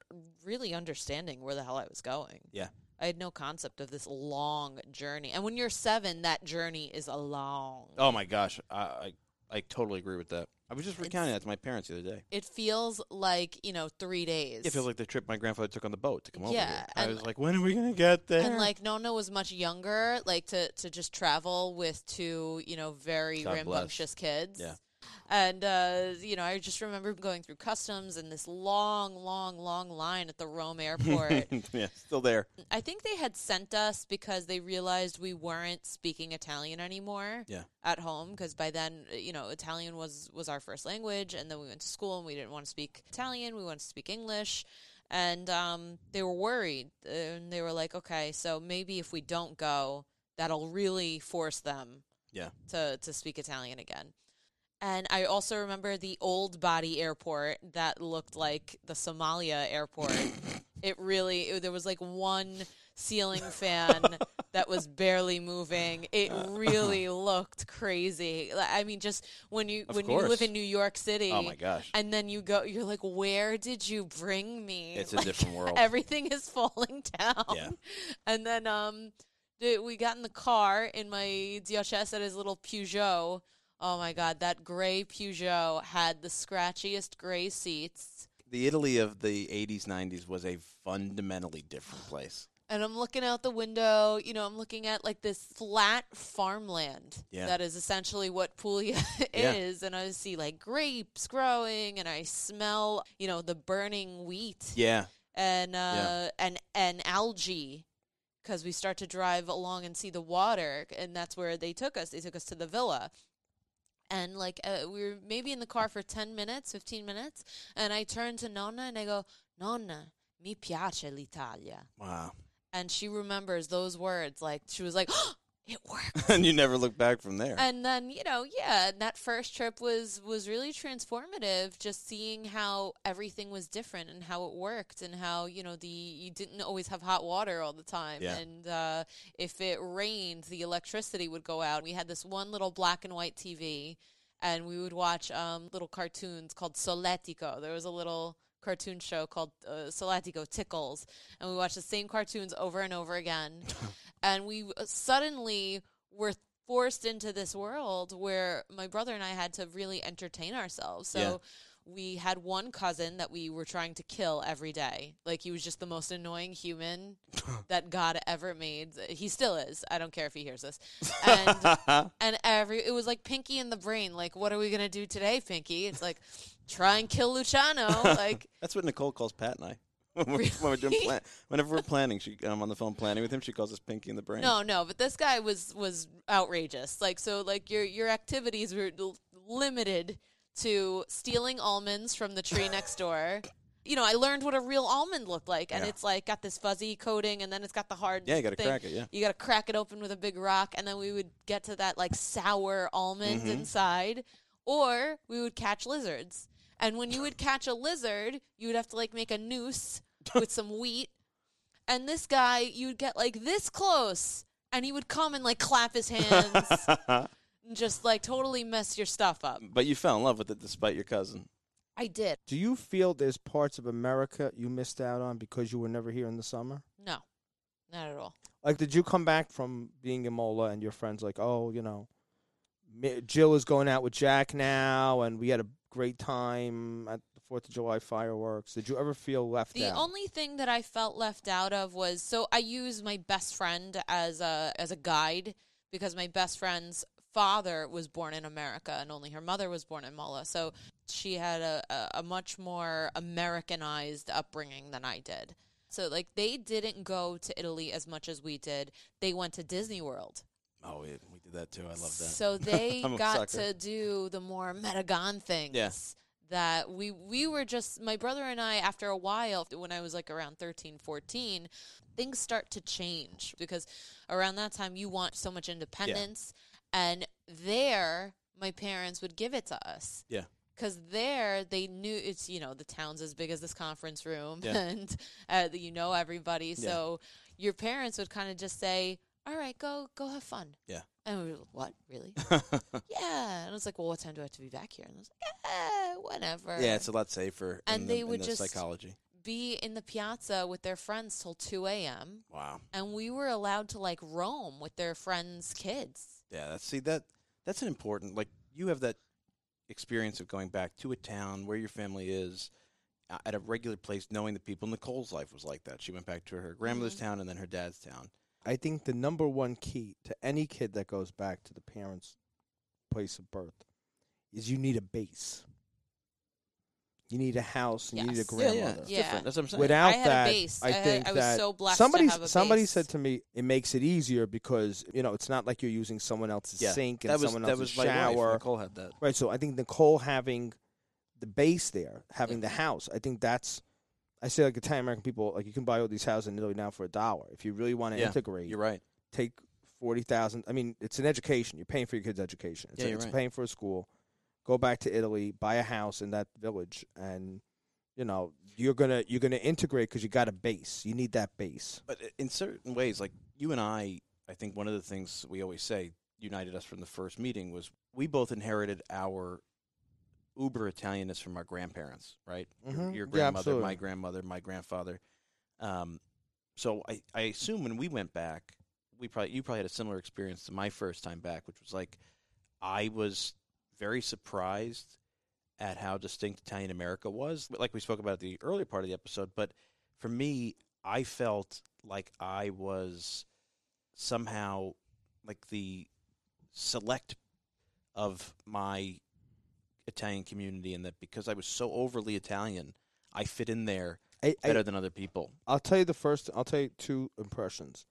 A: really understanding where the hell I was going.
B: Yeah.
A: I had no concept of this long journey. And when you're seven, that journey is a long.
B: like? Oh my gosh, I, I I totally agree with that. I was just recounting that to my parents the other day.
A: It feels like, you know, three days.
B: It feels like the trip my grandfather took on the boat to come over
A: Yeah,
B: here. I
A: and-
B: was like, when are we gonna get there?
A: and like Nona was much younger, like to to just travel with two, you know, very
B: God bless.
A: rambunctious kids.
B: Yeah.
A: And uh, you know, I just remember going through customs and this long, long, long line at the Rome airport.
B: yeah, still there.
A: I think they had sent us because they realized we weren't speaking Italian anymore
B: Yeah.
A: at home because by then, uh, you know, Italian was was our first language and then we went to school and we didn't want to speak Italian, we wanted to speak English. And um, they were worried and they were like, "Okay, so maybe if we don't go, that'll really force them
B: Yeah.
A: to to speak Italian again." And I also remember the old body airport that looked like the Somalia airport. it really, it, there was like one ceiling fan that was barely moving. It really looked crazy. Like, I mean, just when you
B: Of
A: when you
B: course.
A: live in New York City,
B: Oh my gosh,
A: and then you go, you're like, where did you bring me?
B: it's a
A: Like,
B: different world.
A: Everything is falling down.
B: Yeah.
A: And then um, th- we got in the car in my Diocesa's little Peugeot. Oh my God, that gray Peugeot had the scratchiest gray seats.
B: the Italy of the 80s, 90s was a fundamentally different place.
A: And I'm looking out the window, you know, I'm looking at like this flat farmland
B: Yeah.
A: that is essentially what Puglia
B: Yeah.
A: is. And I see like grapes growing and I smell, you know, the burning wheat.
B: Yeah.
A: and uh
B: Yeah.
A: and and algae because we start to drive along and see the water, and that's where they took us. They took us to the villa. And like uh, we were maybe in the car for 10 minutes, 15 minutes, and I turn to Nonna and I go, Nonna, mi piace l'Italia.
B: Wow.
A: And she remembers those words. Like she was like, it worked.
B: and you never look back from there.
A: And then, you know, yeah, and that first trip was was really transformative just seeing how everything was different and how it worked and how, you know, the you didn't always have hot water all the time
B: Yeah.
A: and uh if it rained, the electricity would go out. We had this one little black and white TV and we would watch um little cartoons called Soletico. There was a little cartoon show called uh, Solatico Tickles and we watched the same cartoons over and over again. and we uh, suddenly were forced into this world where my brother and I had to really entertain ourselves. So
B: Yeah.
A: we had one cousin that we were trying to kill every day. Like he was just the most annoying human that God ever made. He still is. I don't care if he hears this. And and every it was like Pinky in the brain. Like what are we gonna do today, Pinky? It's like try and kill Luciano. Like
B: That's what Nicole calls Pat and I. when, we're, when we're doing plan- whenever we're planning, she I'm on the phone planning with him. She calls us Pinky in the Brain.
A: No, no, but this guy was was outrageous. Like so, like your your activities were l- limited to stealing almonds from the tree next door. You know, I learned what a real almond looked like, and
B: Yeah.
A: it's like got this fuzzy coating, and then it's got the hard.
B: Yeah, you gotta
A: thing.
B: crack it, yeah.
A: you got to crack it open with a big rock, and then we would get to that like sour almond
B: Mm-hmm.
A: inside, or we would catch lizards. And when you would catch a lizard, you would have to like make a noose with some wheat and this guy you'd get like this close and he would come and like clap his hands and just like totally mess your stuff up
B: But you fell in love with it despite your cousin.
A: i did
C: Do you feel there's parts of America you missed out on because you were never here in the summer?
A: no not at all
C: Like, did you come back from being in Mola and your friends like, oh, you know, Mi- Jill is going out with Jack now, and we had a great time at the Fourth of July fireworks. Did you ever feel left
A: the
C: out?
A: only thing that i felt left out of was so i use my best friend as a as a guide because my best friend's father was born in america and only her mother was born in mala so she had a, a, a much more americanized upbringing than i did so like they didn't go to italy as much as we did they went to disney world
B: Oh, we, we did that too. I love that.
A: So they
B: I'm a
A: got to
B: sucker.
A: do the more Metagon things.
B: Yeah.
A: That we we were just my brother and I after a while when I was like around 13 14 things start to change because around that time you want so much independence and there my parents would give it to us
B: Yeah.
A: because there they knew it's you know the town's as big as this conference room
B: Yeah.
A: and uh, you know everybody so your parents would kind of just say all right go go have fun
B: Yeah.
A: and we were like, what really yeah and i was like well what time do i have to be back here and i was like yeah whenever
B: Yeah, it's a lot safer.
A: And
B: in
A: they
B: the, in
A: would
B: the
A: just-
B: psychology.
A: be in the piazza with their friends till 2 a.m
B: Wow.
A: and we were allowed to like roam with their friends kids
B: Yeah, that's see that that's an important like you have that experience of going back to a town where your family is uh, at a regular place, knowing the people. Nicole's life was like that. She went back to her grandmother's
A: Mm-hmm.
B: town and then her dad's town.
C: I think the number one key to any kid that goes back to the parents' place of birth is you need a base. You need a house and you need a
A: Yes. Yeah,
B: Yeah,
C: grandmother.
B: yeah, it's
A: Yeah.
B: different. That's what I'm saying.
C: Without
A: I had a
C: that,
A: base.
C: I
A: I had-
C: think
A: I was
C: that
A: so blessed to
C: somebody
A: have a
C: somebody
A: base.
C: said to me, it makes it easier because you know it's not like you're using someone else's
B: yeah,
C: sink and
B: that was
C: someone
B: that was
C: else's
B: my wife.
C: shower.
B: Nicole had that.
C: Right. So I think Nicole having the base there, having the house, I think that's. I say like Italian American people, like you can buy all these houses in Italy now for a dollar. If you really want to
B: Yeah,
C: integrate,
B: You're right.
C: take forty thousand. I mean, it's an education. You're paying for your kid's education. It's,
B: Yeah, you're
C: it's
B: right.
C: paying for a school. Go back to Italy, buy a house in that village, and you know you're gonna you're gonna integrate because you got a base. You need that base.
B: But i- in certain ways, like you and I, I think one of the things we always say united us from the first meeting was we both inherited our uber Italianness from our grandparents, right? Your,
C: Mhm.
B: your
C: Yeah,
B: grandmother,
C: absolutely.
B: my grandmother, my grandfather. Um, so I, I assume when we went back, we probably you probably had a similar experience to my first time back, which was like I was very surprised at how distinct Italian America was. Like we spoke about at the earlier part of the episode, but for me, I felt like I was somehow like the select of my Italian community, and that because I was so overly Italian, I fit in there
C: I, I,
B: better than other people.
C: I'll tell you the first. I'll tell you two impressions.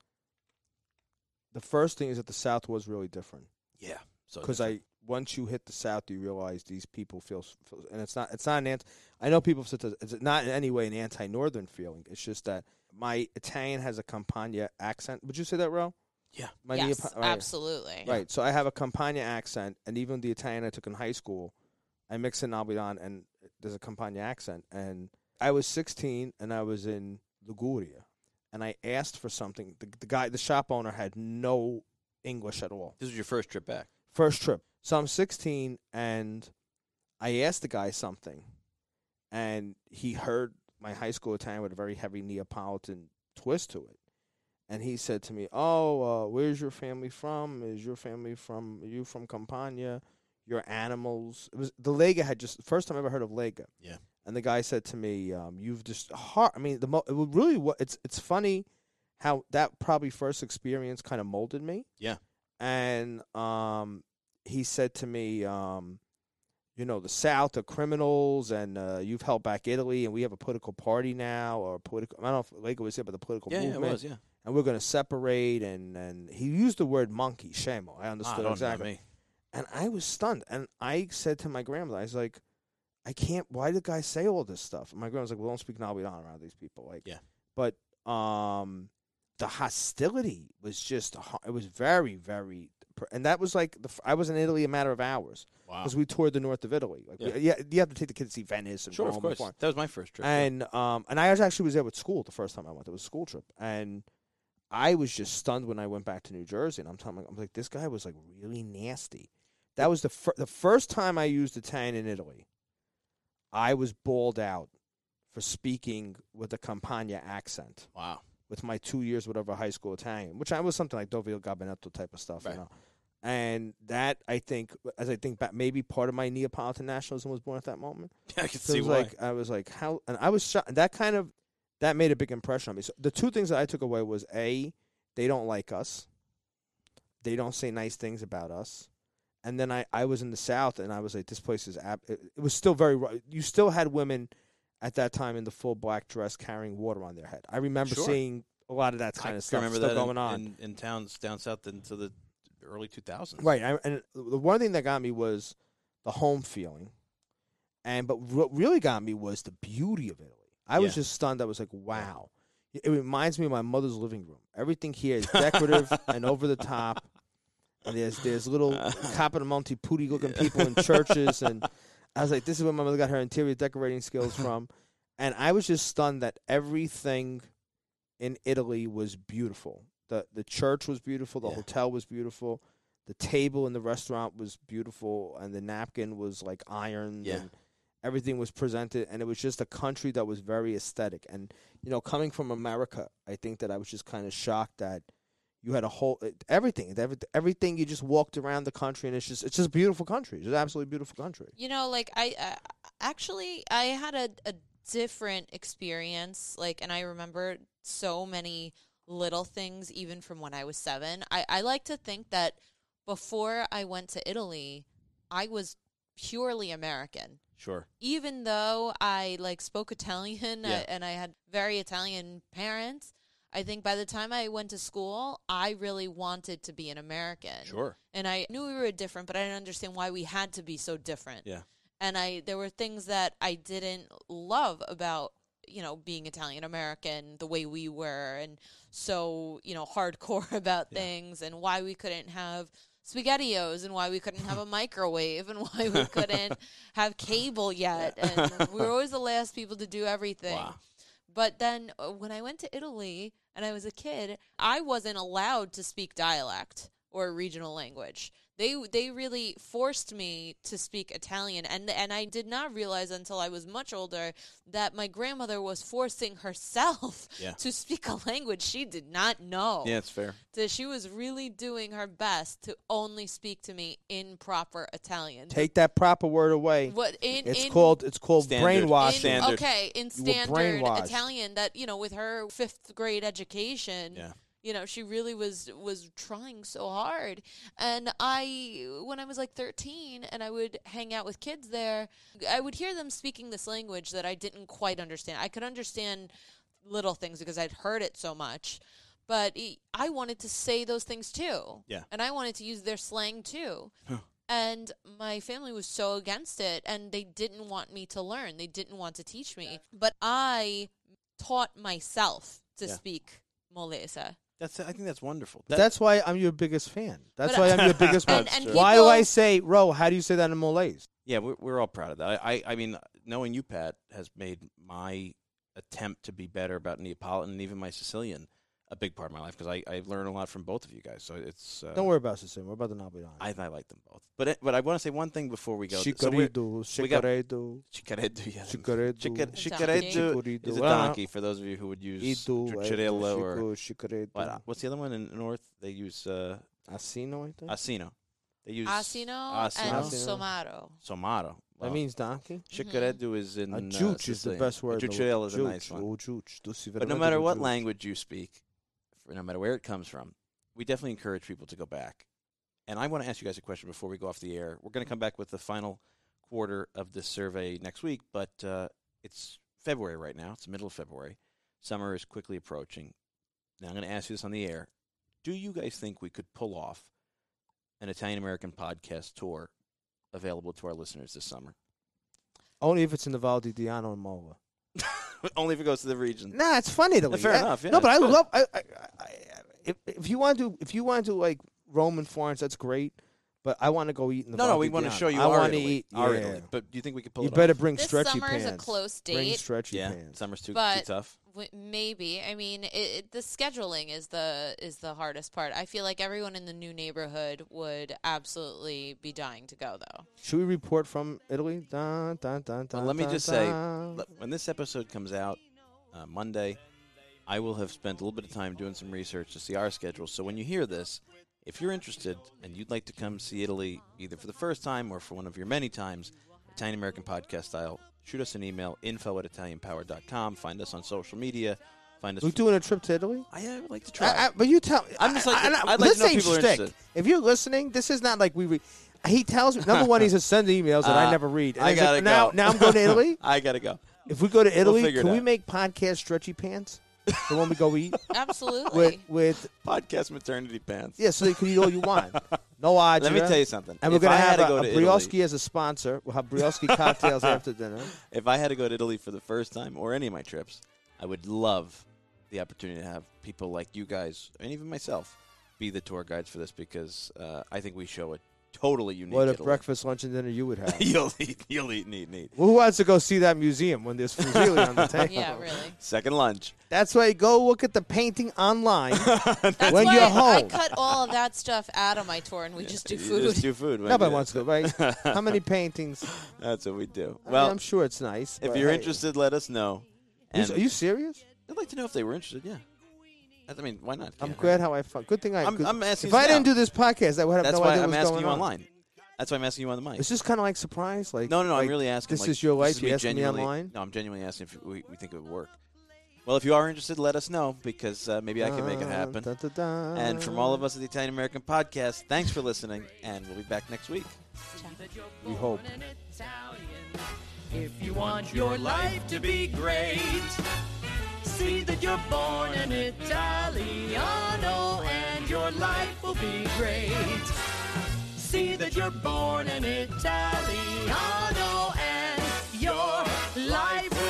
C: the first thing is that the South was really different
B: Yeah. So
C: because
B: different.
C: I once you hit the South, you realize these people feel, s- feel and it's not it's not an anti. I know people have said this, it's not in any way an anti-northern feeling. It's just that my Italian has a Campania accent. Would you say that, Ro?
B: Yeah.
C: my
A: yes,
C: Neapo- right.
A: absolutely.
C: Right. So I have a Campania accent, and even the Italian I took in high school, I mix in Abidjan, and there's a Campania accent. And I was 16, and I was in Liguria, and I asked for something. The, the guy, the shop owner, had no English at all.
B: This was your first trip back.
C: First trip. So I'm 16, and I asked the guy something, and he heard my high school Italian with a very heavy Neapolitan twist to it. And he said to me, "Oh, uh, where's your family from? Is your family from? Are you from Campania? Your animals? It was the Lega had just first time I ever heard of Lega.
B: Yeah.
C: And the guy said to me, um, "You've just heart. I mean, the mo- it was really what it's it's funny how that probably first experience kind of molded me.
B: Yeah.
C: And um, he said to me, um, you know, the South are criminals, and uh, you've held back Italy, and we have a political party now, or political. I don't know if Lego was here, but the political
B: Yeah, yeah, it
C: movement,
B: was. Yeah.
C: and we're going to separate. And and he used the word monkey, shamo. I
B: Ah,
C: understood
B: don't
C: exactly,
B: know me.
C: and I was stunned. And I said to my grandmother, I was like, I can't. Why did the guy say all this stuff? And my grandma's like, Well, don't speak Nawidan around these people. Like,
B: Yeah.
C: But um, the hostility was just. ho- It was very, very, and that was like the. f- I was in Italy a matter of hours
B: Wow.
C: because we toured the north of Italy. Like,
B: Yeah.
C: we, yeah, you have to take the kids to see Venice and
B: Sure,
C: Rome
B: of
C: and
B: course.
C: Florence.
B: That was my first trip. yeah.
C: And um, and I was actually was there with school the first time I went. It was a school trip, and I was just stunned when I went back to New Jersey. And I'm telling, I'm like, this guy was like really nasty. That was the fir- the first time I used Italian in Italy. I was bawled out for speaking with a Campania accent
B: Wow.
C: with my two years whatever high school Italian, which I was something like Doviel Gabinetto type of stuff,
B: Right.
C: you know. And that I think, as I think back, maybe part of my Neapolitan nationalism was born at that moment.
B: I could
C: So
B: see
C: it was
B: why.
C: like I was like how, and I was shocked. and That kind of that made a big impression on me. So the two things that I took away was a, they don't like us, they don't say nice things about us, and then I I was in the South and I was like this place is ab- it, it was still very ru- you still had women at that time in the full black dress carrying water on their head. I remember
B: Sure.
C: seeing a lot of that
B: I
C: kind
B: can
C: of stuff
B: remember
C: still
B: that
C: going
B: in,
C: on.
B: in, in towns down south into the early 2000s.
C: Right. I, and the one thing that got me was the home feeling. And but what really got me was the beauty of Italy. I was
B: Yeah.
C: just stunned. I was like, wow. It- It reminds me of my mother's living room. Everything here is decorative and over the top. And there's there's little Capodimonte Putti looking people in churches and I was like, this is where my mother got her interior decorating skills from. and I was just stunned that everything in Italy was beautiful. The the church was beautiful, the
B: Yeah.
C: hotel was beautiful, the table in the restaurant was beautiful, and the napkin was like iron
B: Yeah.
C: and everything was presented and it was just a country that was very aesthetic. And, you know, coming from America, I think that I was just kind of shocked that you had a whole it- everything, everything, everything. You just walked around the country, and it's just it's just a beautiful country. It's an absolutely beautiful country.
A: You know, like I uh, actually I had a, a different experience, like, and I remember so many little things even from when I was seven. I, I like to think that before I went to Italy, I was purely American.
B: Sure.
A: Even though I like spoke Italian uh,
B: Yeah.
A: and I had very Italian parents, I think by the time I went to school, I really wanted to be an American
B: Sure.
A: and I knew we were different, but I didn't understand why we had to be so different.
B: Yeah.
A: And I there were things that I didn't love about you know being Italian American, the way we were, and so you know hardcore about
B: Yeah.
A: things, and why we couldn't have spaghettios and why we couldn't have a microwave and why we couldn't have cable yet and we were always the last people to do everything
B: Wow.
A: but then uh, when I went to Italy and I was a kid, I wasn't allowed to speak dialect or regional language. They they really forced me to speak Italian and and I did not realize until I was much older that my grandmother was forcing herself
B: Yeah.
A: to speak a language she did not know.
B: Yeah, it's fair.
A: So she was really doing her best to only speak to me in proper Italian.
C: Take that proper word away.
A: what in
C: it's
A: in,
C: called it's called
B: Standard.
C: brainwashing.
A: in-
B: Standard.
A: Okay, in
C: You were
A: standard
C: brainwashed.
A: Italian, that you know, with her fifth grade education,
B: Yeah.
A: you know, she really was was trying so hard. And I, when I was like thirteen, and I would hang out with kids there, I would hear them speaking this language that I didn't quite understand. I could understand little things because I'd heard it so much. but e- I wanted to say those things too.
B: Yeah.
A: And I wanted to use their slang too.
B: Huh.
A: And my family was so against it and they didn't want me to learn. They didn't want to teach me. But I taught myself to
B: Yeah.
A: speak Molesa.
B: That's I think that's wonderful. That-
C: That's why I'm your biggest fan. That's
A: But
C: why
A: I-
C: I'm your biggest one.
A: And, and
B: true.
A: people,
C: Why do I say, Ro, how do you say that in Malays?
B: yeah, we're, we're all proud of that. I, I I mean, knowing you, Pat, has made my attempt to be better about Neapolitan and even my Sicilian a big part of my life because I I learn a lot from both of you guys. So it's uh,
C: Don't worry about Sicilian. We're about the Napoleon.
B: I, I like them both, but it- but I want to say one thing before we go. So we're-
C: Chicorido,
B: we got-
C: Chicaredo,
B: Chicaredo, yes.
C: Chicaredo,
B: Chica-
A: Donkey.
B: Chicaredo
C: Chicorido.
B: is a
C: Well, I don't-
B: donkey for those of you who would use
C: Ido,
B: Chicharello or
C: Chico, Chicaredo.
B: what, uh, what's the other one in the north? They use uh,
C: Asino, I think.
B: asino. They use
A: Asino, and
B: asino,
C: Asino.
A: Somaro.
B: somaro. Wow.
C: That means donkey.
B: Chicaredo is in
C: A
B: uh,
C: juch is the
B: Sicilian.
C: best word. in the
B: Juchel
C: world.
B: is a nice
C: Juch,
B: one.
C: oh, juch. Tu si
B: But no
C: veramente
B: matter
C: un
B: what
C: juch.
B: language you speak, for no matter where it comes from, we definitely encourage people to go back. And I want to ask you guys a question before we go off the air. We're going to come back with the final quarter of this survey next week, but uh, it's February right now. It's the middle of February. Summer is quickly approaching. Now I'm going to ask you this on the air. Do you guys think we could pull off an Italian American podcast tour available to our listeners this summer?
C: Only if it's in the Val di Diano and Mola.
B: Only if it goes to the region.
C: Nah, it's funny though.
B: Uh, fair
C: I-
B: enough, yeah,
C: no, but I
B: it's good.
C: love. I, I, I, if, if you want to, if you want to like Rome and Florence, that's great. But I want to go eat in the.
B: No, no,
C: Val
B: we
C: di
B: want to
C: Diano.
B: show you
C: I
B: our
C: wanna
B: Italy,
C: eat.
B: our
C: yeah.
B: Italy. But do you think we could pull
C: You
B: it
C: better
B: off?
C: bring
A: This
C: stretchy
A: summer
C: pants.
A: is a close
C: Bring
A: date.
C: stretchy
B: yeah,
C: pants.
B: summer's too, too
A: But-
B: tough.
A: W- Maybe. I mean, it, it, the scheduling is the is the hardest part. I feel like everyone in the new neighborhood would absolutely be dying to go, though.
C: Should we report from Italy? Dun, dun, dun,
B: Well,
C: dun,
B: let me
C: dun,
B: just say,
C: dun.
B: l- when this episode comes out uh, Monday, I will have spent a little bit of time doing some research to see our schedule. So when you hear this, if you're interested and you'd like to come see Italy either for the first time or for one of your many times, Italian American Podcast style, shoot us an email, info at ItalianPower.com. Find us on social media. Find us.
C: we doing a trip to Italy?
B: I, I would like to try.
C: I, I, but you tell.
B: I'm just like-
C: I, I,
B: I'd like to
C: this
B: know if
C: ain't
B: people are
C: shtick.
B: interested.
C: If you're listening, this is not like we. Re- he tells me number one. He says send emails that I
B: Uh,
C: never read. And
B: I
C: he's
B: gotta
C: like, now.
B: go.
C: Now I'm going to Italy.
B: I gotta go.
C: If we go to Italy,
B: figure it
C: can we
B: out.
C: make podcast stretchy pants for when we go eat with
A: Absolutely.
C: with
B: Podcast maternity pants.
C: yeah? So you can eat all you want. No odds.
B: Let me tell you something.
C: And we're
B: If
C: gonna
B: I had
C: have
B: to
C: a,
B: go
C: a
B: to
C: Brioski
B: Italy-
C: as a sponsor. We'll have Brioski cocktails after dinner.
B: If I had to go to Italy for the first time or any of my trips, I would love the opportunity to have people like you guys and even myself be the tour guides for this because uh, I think we show a totally unique.
C: What a
B: Italy.
C: breakfast, lunch, and dinner you would have.
B: you'll eat, you'll eat, and eat, and eat.
C: Well, who wants to go see that museum when there's fusilli on the table?
A: yeah, really.
B: Second lunch.
C: That's why go look at the painting online
A: That's
C: when
A: why
C: you're
A: I, I
C: home.
A: cut all of that stuff out of my tour, and we just do
B: You
A: food.
B: Just do food. when
C: Nobody
B: you-
C: wants to go, right? How many paintings?
B: That's what we do.
C: I
B: Well,
C: am sure it's nice.
B: if
C: but
B: you're
C: hey.
B: interested, let us know.
C: You-
B: And
C: are you serious?
B: I'd like to know if they were interested. Yeah. I mean, why not?
C: I'm
B: Yeah.
C: glad how I found. Good thing I.
B: I'm-
C: good-
B: I'm asking
C: If I
B: you
C: didn't
B: now.
C: do this podcast, I would have
B: That's
C: no
B: why
C: idea
B: I'm
C: what's
B: asking
C: going
B: you
C: on.
B: online. That's why I'm asking you on the mic.
C: Is this kind of like surprise? Like
B: No, no, no.
C: like,
B: I'm really asking.
C: This
B: like,
C: is your life.
B: is
C: you
B: me
C: asking me
B: genuinely-
C: online?
B: No, I'm genuinely asking if we, we think it would work. Well, if you are interested, let us know because uh, maybe I can make it happen.
C: Dun, dun, dun, dun.
B: And from all of us at the Italian American Podcast, thanks for listening, and we'll be back next week.
C: we hope.
D: If you want your life to be great, see that you're born an Italiano and your life will be great. See that you're born an Italiano and your life will